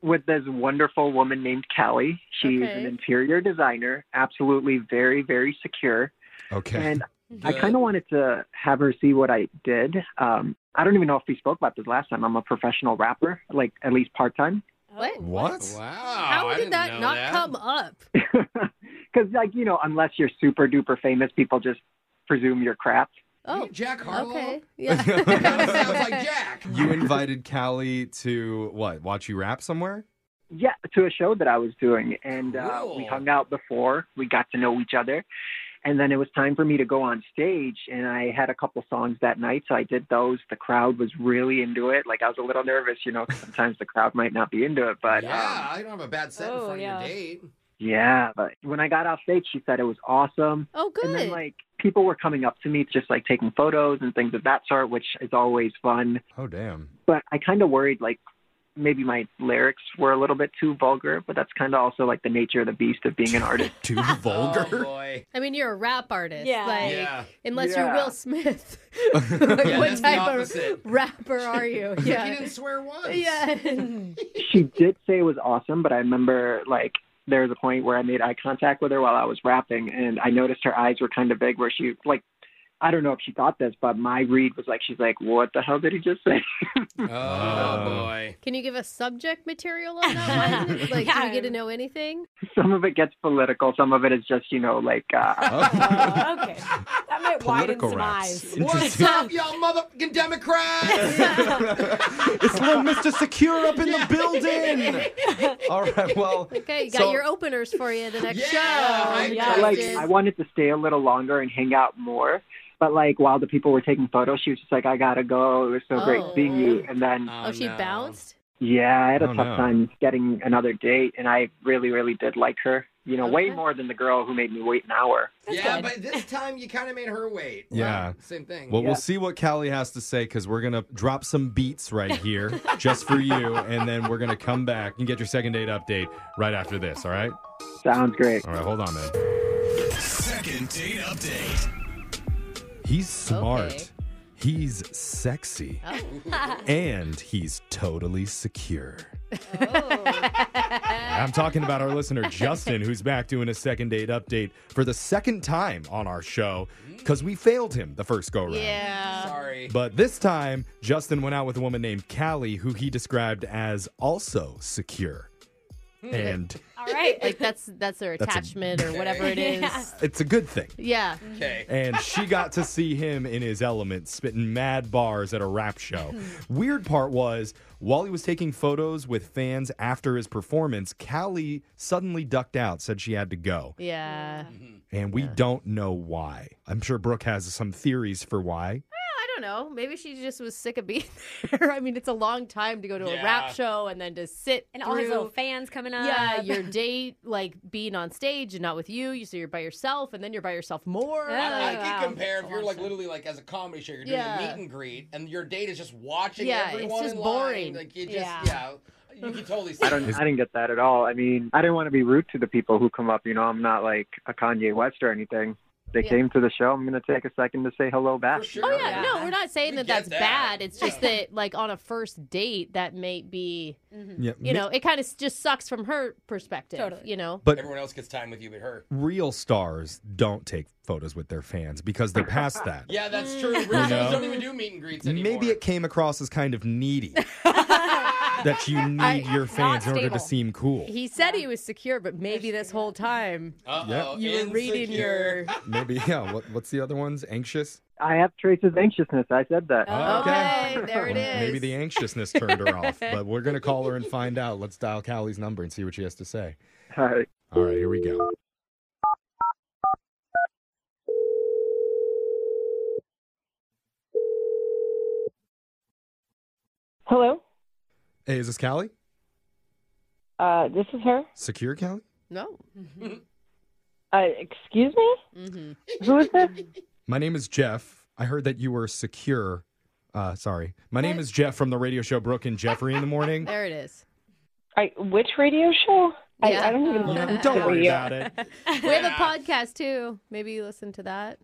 with this wonderful woman named Callie. She's Okay. an interior designer, absolutely very, very secure. Okay. And I kind of wanted to have her see what I did. Um, I don't even know if we spoke about this last time. I'm a professional rapper, like at least part time. What? What? Wow. How did that not come up? Because, like, you know, unless you're super duper famous, people just presume you're crap. Oh, Jack Harlow. Okay. Yeah. You invited Callie to what? Watch you rap somewhere? Yeah, to a show that I was doing. And uh, we hung out before, we got to know each other. And then it was time for me to go on stage, and I had a couple songs that night, so I did those. The crowd was really into it. Like, I was a little nervous, you know, 'cause sometimes the crowd might not be into it. But um, Yeah, I don't have a bad set in front of your date. yeah, but when I got off stage, she said it was awesome. Oh, good. And then, like, people were coming up to me, just like taking photos and things of that sort, which is always fun. Oh damn. but I kind of worried like maybe my lyrics were a little bit too vulgar, but that's kind of also like the nature of the beast of being an artist. too Oh, vulgar. I mean, you're a rap artist. Yeah. Like, Yeah. Unless you're Yeah. Will Smith. Yeah, what that's the type opposite. of rapper are you? He Yeah. didn't swear once. Yeah. she did say it was awesome, but I remember like there was a point where I made eye contact with her while I was rapping, and I noticed her eyes were kind of big, where she like. I don't know if she thought this, but my read was like, she's like, what the hell did he just say? Oh, boy. Can you give us subject material on that one? Like, do we get to know anything? Some of it gets political. Some of it is just, you know, like, uh, Oh, okay. That might widen Political some raps. eyes. What's Interesting. up, y'all motherfucking Democrats? It's little Mr. Secure up in the building. All right. Well, Okay, you got So- your openers for you the next show. Oh, I- I, like I wanted to stay a little longer and hang out more. But like while the people were taking photos, she was just like, "I gotta go. It was so great Oh. seeing you." And then, Oh, she bounced? yeah, I had a Oh, tough no. time getting another date, and I really, really did like her. you know, way more than the girl who made me wait an hour. yeah, but this time you kind of made her wait. Yeah. Wow, same thing. Well, we'll see what Callie has to say because we're going to drop some beats right here just for you. And then we're going to come back and get your second date update right after this. All right? Sounds great. All right, hold on, man. Second date update. He's smart. Okay. He's sexy. Oh. And he's totally secure. Oh. I'm talking about our listener, Justin, who's back doing a second date update for the second time on our show because we failed him the first go round. Yeah. Sorry. But this time, Justin went out with a woman named Callie, who he described as also secure. And Hmm. All right. Like that's that's their That's a- attachment or whatever it is. Yeah. it's a good thing. Yeah. Okay. And she got to see him in his element, spitting mad bars at a rap show. Weird part was, while he was taking photos with fans after his performance, Callie suddenly ducked out, said she had to go. Yeah. And we don't know why. I'm sure Brooke has some theories for why. Well, I don't know. Maybe she just was sick of being there. I mean, it's a long time to go to a Yeah. rap show and then to sit And all his little through- fans coming up. Yeah, your date, like being on stage and not with you. You so you're by yourself, and then you're by yourself more. I, I Like, can compare if you're like literally like as a comedy show, you're doing Yeah. a meet and greet, and your date is just watching Yeah, it's everyone just in line. boring. Like you just Yeah. yeah, you can totally see. I don't. I didn't get that at all. I mean, I didn't want to be rude to the people who come up. You know, I'm not like a Kanye West or anything. They Yeah. came to the show. I'm going to take a second to say hello back. Oh yeah, no, we're not saying that that's that. bad. It's just that like on a first date, that may be, Mm-hmm. Yeah, you ma- know, it kind of just sucks from her perspective. Totally. You know, But- everyone else gets time with you, but her. Real stars don't take photos with their fans because they're past that. Yeah, that's true. Real Mm. You shows know? don't even do meet and greets anymore. Maybe it came across as kind of needy that you need your fans in order to stable. seem cool. he said he was secure, but maybe this whole time Oh, Uh-oh, you were reading your. Maybe, yeah. What, what's the other ones? Anxious? I have traces of anxiousness. I said that. Oh, Okay, there it Well, is. Maybe the anxiousness turned her off, but we're going to call her and find out. Let's dial Callie's number and see what she has to say. All right. All right, here we go. Hello. Hey, is this Callie? Uh, this is her. Secure Callie? No. Uh, excuse me. Mm-hmm. Who is this? My name is Jeff. I heard that you were secure. Uh, sorry. My name is Jeff from the radio show Brooke and Jeffrey in the morning. There it is. I, which radio show? I, I don't even You know, listen don't to worry radio. about it. We have a podcast too. Maybe you listen to that.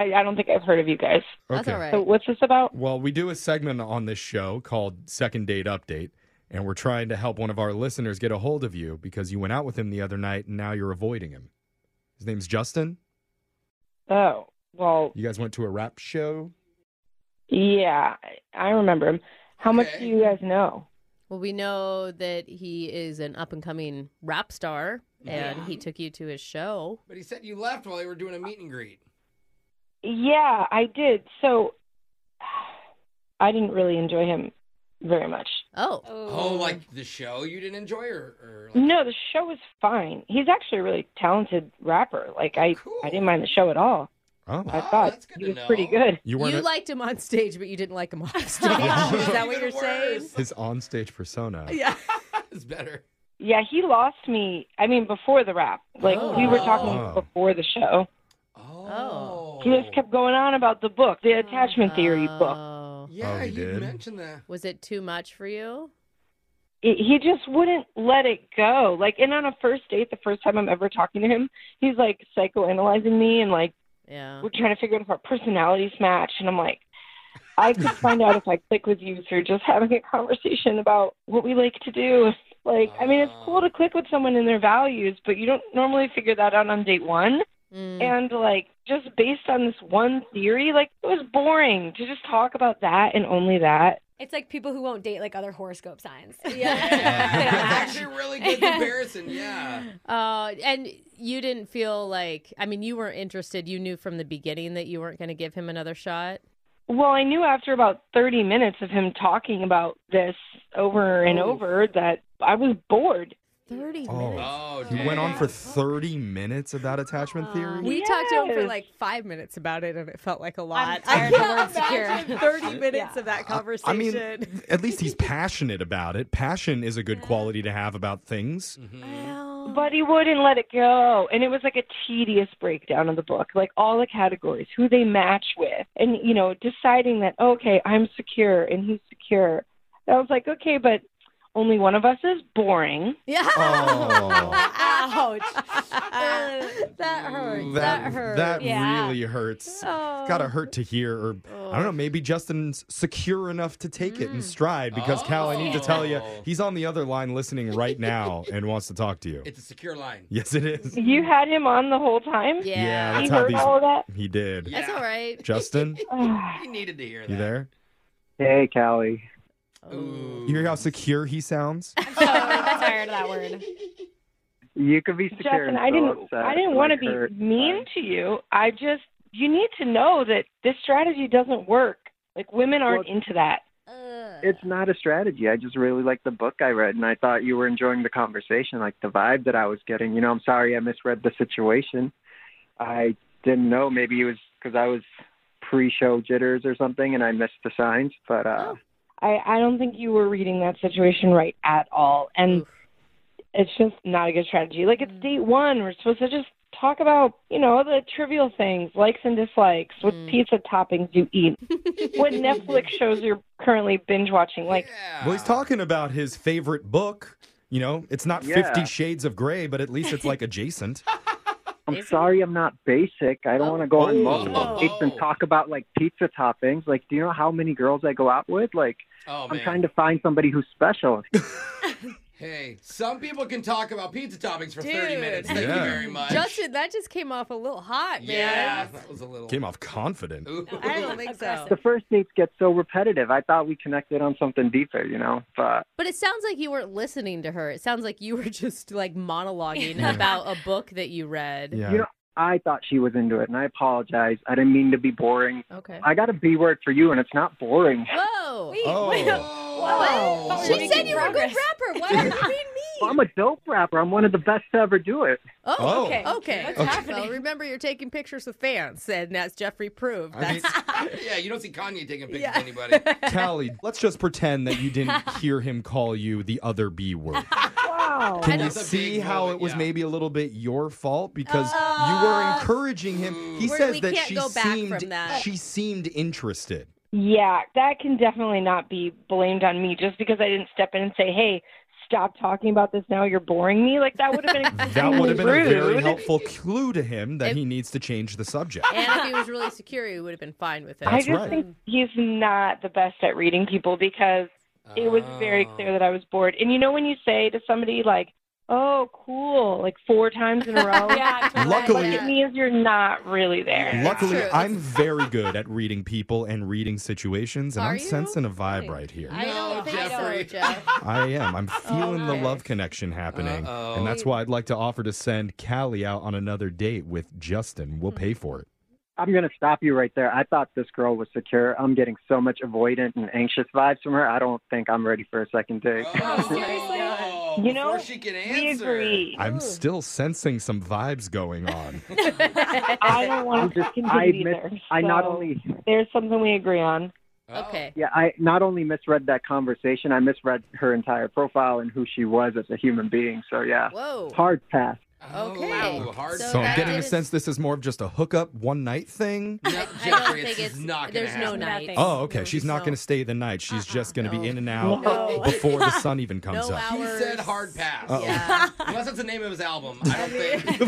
I, I don't think I've heard of you guys. That's Okay. all right. So what's this about? Well, we do a segment on this show called Second Date Update, and we're trying to help one of our listeners get a hold of you because you went out with him the other night and now you're avoiding him. His name's Justin. Oh, well, You guys went to a rap show. yeah, I- I remember him. How much do you guys know? Well, we know that he is an up and coming rap star, and Yeah. he took you to his show. But he said you left while they were doing a meet and greet. Yeah, I did. So I didn't really enjoy him very much. Oh. Oh, like the show you didn't enjoy, or, or like, No, the show was fine. He's actually a really talented rapper. Like I, I didn't mind the show at all. Oh, I thought he was pretty good. You You weren't. a- liked him on stage, but you didn't like him off stage. is that what you're saying? his onstage persona. Yeah. it's better. Yeah, he lost me. I mean, before the rap, like we were talking Oh. before the show. Oh. He just kept going on about the book, the attachment theory book. Yeah, Oh, he you did? mentioned that. Was it too much for you? It, he just wouldn't let it go. Like, and on a first date, the first time I'm ever talking to him, he's like psychoanalyzing me and like Yeah. we're trying to figure out if our personalities match. And I'm like, I could find out if I click with you through just having a conversation about what we like to do. Like, I mean, it's cool to click with someone in their values, but you don't normally figure that out on date one. And like, just based on this one theory, like it was boring to just talk about that and only that. It's like people who won't date like other horoscope signs. That's actually a really good comparison. Yeah. Uh, and you didn't feel like, I mean, you weren't interested. You knew from the beginning that you weren't going to give him another shot. Well, I knew after about 30 minutes of him talking about this over and Oh. over that I was bored. 30 Oh, he went on for 30 minutes of that attachment theory. We talked to him for Yes. like five minutes about it, and it felt like a lot. I tired of the can't word secure. imagine Thirty minutes of that conversation. I mean, at least he's passionate about it. Passion is a good quality to have about things. But he wouldn't let it go. And it was like a tedious breakdown of the book, like all the categories, who they match with, and, you know, deciding that, okay, I'm secure and he's secure. And I was like, okay, but only one of us is boring. Yeah. Ouch. that hurts. That hurts. that really hurts. It's Gotta hurt to hear, or I don't know. Maybe Justin's secure enough to take it in stride. Because Cal, I need to tell you, Oh. he's on the other line listening right now and wants to talk to you. It's a secure line. Yes, it is. You had him on the whole time? Yeah, He that's how heard these- all of that? He did. That's all right. Justin, he needed to hear you there? Hey, Callie. You hear how secure he sounds? I'm tired of that word. You could be secure. Justin, and I so didn't upset I didn't and, want to like, be hurt. mean to you. I just you need to know that this strategy doesn't work. Like women aren't into that. It's not a strategy. I just really liked the book I read, and I thought you were enjoying the conversation, like the vibe that I was getting. You know, I'm sorry I misread the situation. I didn't know. Maybe it was because I was pre-show jitters or something, and I missed the signs. But uh, I, I don't think you were reading that situation right at all. And it's just not a good strategy. Like, it's date one. We're supposed to just talk about, you know, the trivial things, likes and dislikes, what pizza toppings you eat, what Netflix shows you're currently binge watching. Like, Well, he's talking about his favorite book. You know, it's not Yeah. Fifty Shades of Grey, but at least it's like adjacent. I'm sorry I'm not basic. I don't want to go Oh. on multiple dates and talk about like pizza toppings. Like, do you know how many girls I go out with? Like, Oh, I'm man. trying to find somebody who's special. Hey, some people can talk about pizza toppings for 30 Dude. minutes. Thank Yeah. you very much. Justin, that just came off a little hot, man. uh, yeah, that was a little. Came off confident. I don't think so. the first dates get so repetitive. I thought we connected on something deeper, you know. But But it sounds like you weren't listening to her. It sounds like you were just like monologuing about a book that you read. you know, I thought she was into it, and I apologize. I didn't mean to be boring. Okay. I got a B word for you, and it's not boring. Whoa. Oh. wait, What? She said you were a good rapper. Why are you being Well, I'm a dope rapper. I'm one of the best to ever do it. Oh, Oh. okay. Okay. What's Well, happening? remember, you're taking pictures with fans, and as Jeffrey proved, I mean- that's yeah, you don't see Kanye taking pictures Yeah. of anybody. Callie, let's just pretend that you didn't hear him call you the other B word. wow. Can you see how it was maybe a little bit your fault because you were encouraging him? He We're- says Uh, we that can't she go back seemed from that. she seemed interested. yeah, that can definitely not be blamed on me just because I didn't step in and say, hey, stop talking about this now. You're boring me. Like, that would have been That would have been a very Rude. helpful clue to him that he needs to change the subject. and if he was really secure, he would have been fine with it. I just think he's not the best at reading people because it was very clear that I was bored. And you know when you say to somebody like, "Oh, cool," like four times in a row. yeah. Luckily- it means you're not really there. Luckily, I'm very good at reading people and reading situations, and I'm sensing a vibe right here. I don't think Jeffrey. so, Jeff. I am. Oh, I'm feeling the love connection happening. And that's why I'd like to offer to send Callie out on another date with Justin. Hmm. We'll pay for it. I'm gonna stop you right there. I thought this girl was secure. I'm getting so much avoidant and anxious vibes from her. I don't think I'm ready for a second date. seriously? Oh, you know, before she can answer. I'm still sensing some vibes going on. I don't I'm want to just- continue I miss- either. I not So only- Oh. there's something we agree on. Okay. Yeah, I not only misread that conversation, I misread her entire profile and who she was as a human being. So yeah, Whoa. hard pass. Okay. Oh, hard So I'm getting a sense this is more of just a hookup one night thing. No, Jeffrey, it's, it's not gonna there's no happen. night. Oh, okay. She's not going to stay the night. She's just going to be in and out Uh-uh. No. before the sun even comes no up. He said hard pass. Uh-oh. Unless that's the name of his album. I don't think.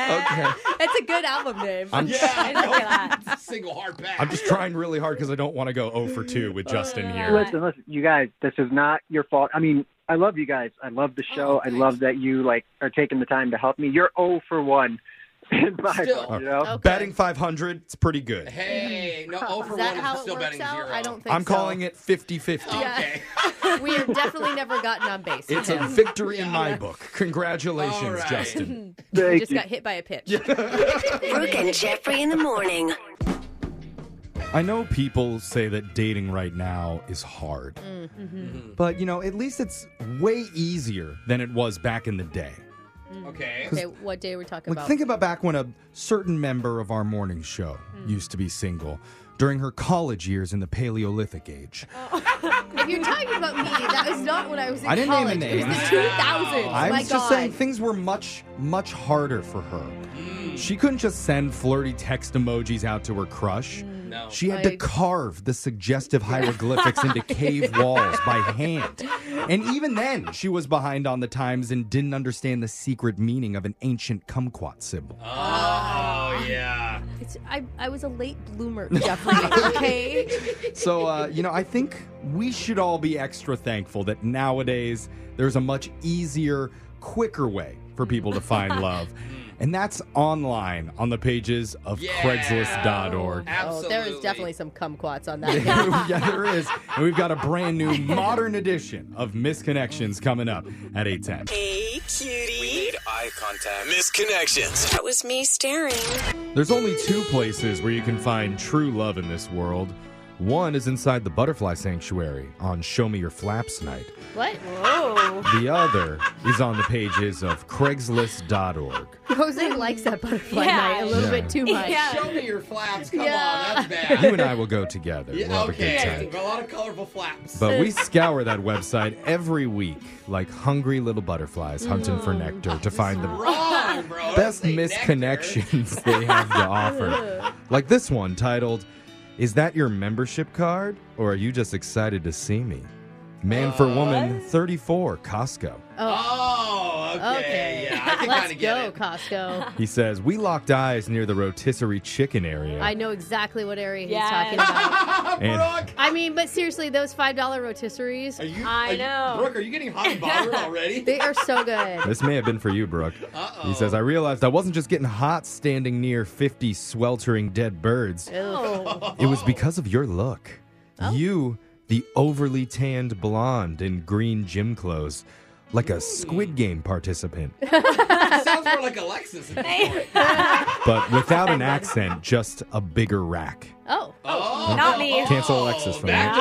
Okay. That's a good album name. I'm- Yeah, I like that. Single hard pass. I'm just trying really hard because I don't want to go 0 for 2 with Oh, Justin here. Listen, listen, you guys, this is not your fault. I mean, I love you guys. I love the show. I love that you like are taking the time to help me. You're 0 for one. in my Still. book, you know? Uh, Batting 500, it's pretty good. Hey, no, over Is one that is how it still works betting out? zero. I don't think I'm so. calling it 50 50. Oh, Okay. we have definitely never gotten on base. with It's a him. victory in my book. Congratulations, right. Justin. We just got hit by a pitch. Brooke and Jeffrey in the morning. I know people say that dating right now is hard, Mm-hmm. Mm-hmm. but you know, at least it's way easier than it was back in the day. Okay. Okay, what day are we talking Like, about? think about back when a certain member of our morning show used to be single during her college years in the Paleolithic age. if you're talking about me, that was not when I was in I didn't name college. a It was the name. 2000s. I My was just God. saying things were much, much harder for her. She couldn't just send flirty text emojis out to her crush. No. She had to Like- carve the suggestive hieroglyphics into cave walls by hand. And even then, she was behind on the times and didn't understand the secret meaning of an ancient kumquat symbol. Oh yeah. It's, I, I was a late bloomer, Jeffrey. okay. So, uh, you know, I think we should all be extra thankful that nowadays there's a much easier, quicker way for people to find love. And that's online on the pages of Craigslist.org. Oh, there was definitely some kumquats on that. day. yeah, there is. And we've got a brand new modern edition of Misconnections coming up at 810. Hey, cutie. We made eye contact. Misconnections. That was me staring. There's only two places where you can find true love in this world. One is inside the Butterfly Sanctuary on Show Me Your Flaps Night. What? Whoa. The other is on the pages of Craigslist.org. Jose likes that butterfly Yeah. night a little Yeah. bit too much. Show me your flaps. Come Yeah. on, that's bad. You and I will go together. Yeah, we'll have okay. a good time. Got a lot of colorful flaps. But we scour that website every week like hungry little butterflies hunting for nectar to find the wrong, bro. best misconnections they have to offer. Like this one titled, Is That Your Membership Card? Or Are You Just Excited to See Me? Man for Woman 34, Costco. Oh, okay. Yeah, I can Let's kinda get go, Costco. He says, We locked eyes near the rotisserie chicken area. I know exactly what area he's talking And- about. Brooke! I mean, but seriously, those five dollar rotisseries. are I you- know. Brooke, are you getting hot and bothered already? they are so good. This may have been for you, Brooke. Uh-oh. He says, I realized I wasn't just getting hot standing near 50 sweltering dead birds. Oh. It was because of your look. You, the overly tanned blonde in green gym clothes, like a Squid Game participant, it sounds more like Alexis. At this point. but without an accent, just a bigger rack. Oh. Oh. Not me. Cancel Alexis from Back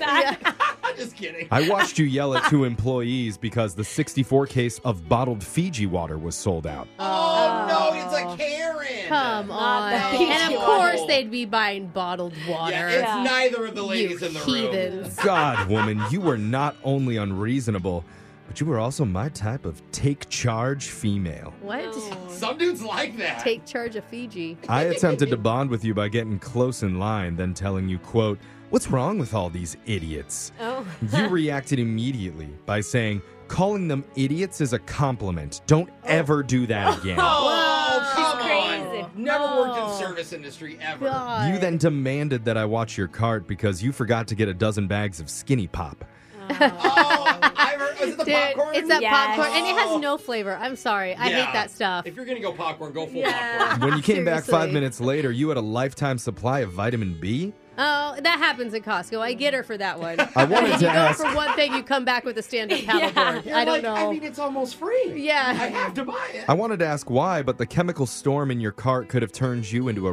that. to Brooke. I'm just kidding. I watched you yell at two employees because the 64 case of bottled Fiji water was sold out. Oh, no, it's a Karen. Come on. the And of peach course bottle. they'd be buying bottled water. Yeah, it's neither of the You ladies in the room. heathens. God, woman, you were not only unreasonable, but you were also my type of take charge female. What? Some dudes like that. Take charge of Fiji. I attempted to bond with you by getting close in line, then telling you, quote, What's wrong with all these idiots? Oh. You reacted immediately by saying, Calling them idiots is a compliment. Don't ever do that again. Oh, come crazy. on. Never worked in No. service industry ever. You then demanded that I watch your cart because you forgot to get a dozen bags of skinny pop. Oh, Is it the Dude, popcorn? it's that popcorn, and it has no flavor. I'm sorry, I Yeah. hate that stuff. If you're gonna go popcorn, go full popcorn. When you came back five Seriously. minutes later, you had a lifetime supply of vitamin B. Oh, that happens at Costco. I get her for that one. I wanted if to you go ask- for one thing, you come back with a stand-up paddleboard. You're I don't like, know. I mean, it's almost free. Yeah. I have to buy it. I wanted to ask why, but the chemical storm in your cart could have turned you into a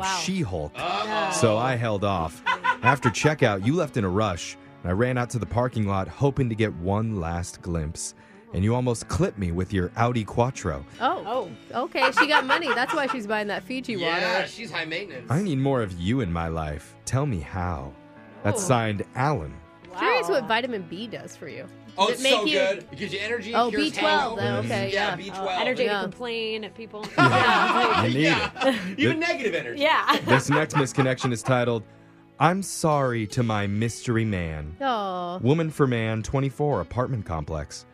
Oh, wow. Uh-huh. She Hulk. Uh-oh. So I held off. After checkout, you left in a rush, and I ran out to the parking lot hoping to get one last glimpse. And you almost clipped me with your Audi Quattro. oh, oh, okay. She got money. That's why she's buying that Fiji Yeah, water. she's high maintenance. I need more of you in my life. Tell me how. That's Oh. signed Alan. Curious what vitamin B does for you. Oh, Does it's it make so you... good. It gives you energy. it Oh, cures B12. hangovers. though, Okay, yeah. B12. Oh, energy Yeah. to complain at people. I need it. Even negative energy. yeah. This next misconnection is titled, I'm Sorry to My Mystery Man. Oh. Woman for Man 24 apartment complex.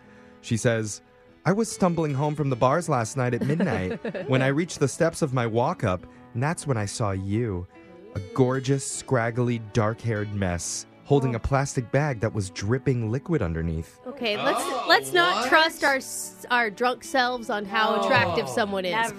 She says, I was stumbling home from the bars last night at midnight when I reached the steps of my walk up, and that's when I saw you. A gorgeous, scraggly, dark haired mess holding a plastic bag that was dripping liquid underneath. Okay, let's let's not what? trust our s- our drunk selves on how No. Oh. attractive someone is, Never.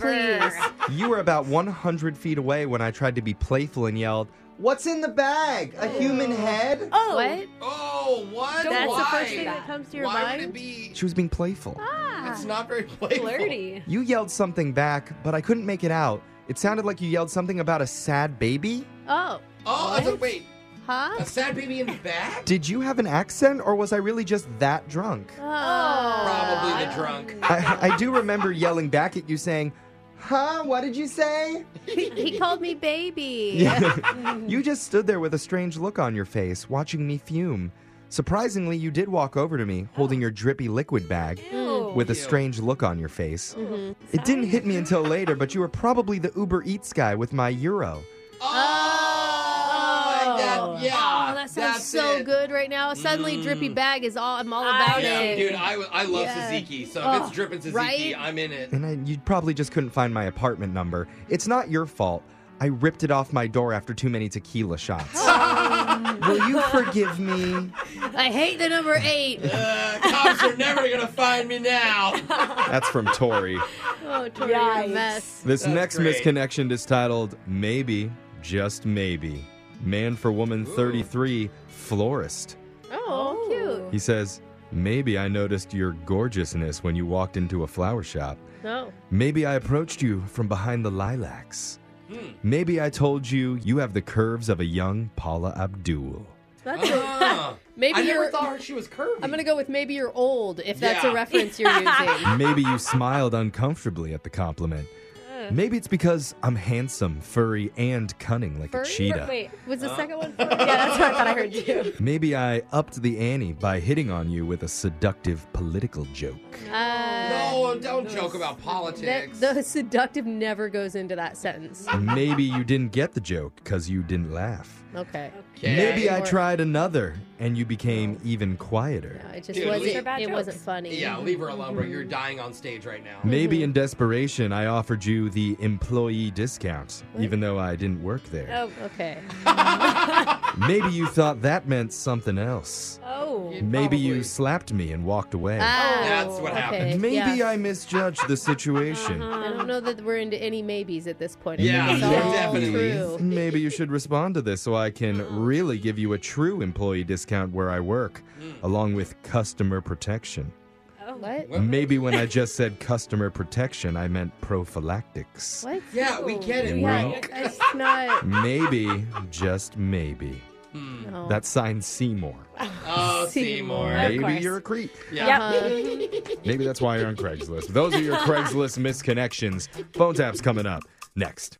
please. You were about 100 feet away when I tried to be playful and yelled, What's in the bag? A human head? Oh, what? Oh, what? That's Why? the first thing that comes to your Why mind. Would it be... She was being playful. It's not very playful. Flirty. You yelled something back, but I couldn't make it out. It sounded like you yelled something about a sad baby. Oh. Oh, I was like, wait. Huh? A sad baby in the back? Did you have an accent, or was I really just that drunk? Oh. Oh, Probably the drunk. I, I do remember yelling back at you saying, Huh? What did you say? He, he called me baby. You just stood there with a strange look on your face, watching me fume. Surprisingly, you did walk over to me, holding your drippy liquid bag Ew. with a Ew. strange look on your face. Mhm. Mm-hmm. It didn't hit me until later, but you were probably the Uber Eats guy with my euro. Oh, that- yeah, Oh, that sounds that's so it. good right now. Suddenly, drippy bag is all. I'm all about Yeah, it. dude, I, I love Yeah. tzatziki. So if Oh, it's dripping tzatziki, right? I'm in it. And I, you probably just couldn't find my apartment number. It's not your fault. I ripped it off my door after too many tequila shots. Will you forgive me? I hate the number eight. Uh, cops are never gonna find me now. That's from Tori. Oh, Tori, you're a mess. This next misconnection is titled Maybe, Just Maybe. Man for Woman 33, Florist. Oh, cute. He says, Maybe I noticed your gorgeousness when you walked into a flower shop. No. Maybe I approached you from behind the lilacs. Hmm. Maybe I told you you have the curves of a young Paula Abdul. That's a, maybe Uh-huh. I never you're, thought she was curvy. I'm gonna go with maybe you're old if that's Yeah. a reference you're using. Maybe you smiled uncomfortably at the compliment. Uh. Maybe it's because I'm handsome, furry, and cunning like a cheetah. Wait, was the Huh? second one? Furry? Yeah, that's what I thought I heard you. Maybe I upped the ante by hitting on you with a seductive political joke. no, don't joke about That, politics. Uh, the seductive never goes into that sentence. Maybe you didn't get the joke because you didn't laugh. Okay. Maybe I Or- tried another and you became even quieter. It just Dude, leave- wasn't. It wasn't funny. Yeah, leave her alone, bro. You're dying on stage right now. Mm-hmm. Maybe in desperation I offered you the employee discount, even though I didn't work there. Oh, okay. Maybe you thought that meant something else. Oh. Maybe you slapped me and walked away. Ah, That's what okay, happened. Maybe yeah. I misjudged the situation. I don't know that we're into any maybes at this point. I Yeah, think it's all definitely. true. Mm. Maybe you should respond to this so I can really give you a true employee discount where I work, along with customer protection. Oh. What? Maybe when I just said customer protection, I meant prophylactics. What? Yeah, we get it, Yeah, bro. That's not. Maybe, just maybe. No. That's signed Seymour. Oh, Seymour. Maybe you're a creep. Yeah. Uh-huh. Maybe that's why you're on Craigslist. Those are your Craigslist misconnections. Phone taps coming up next.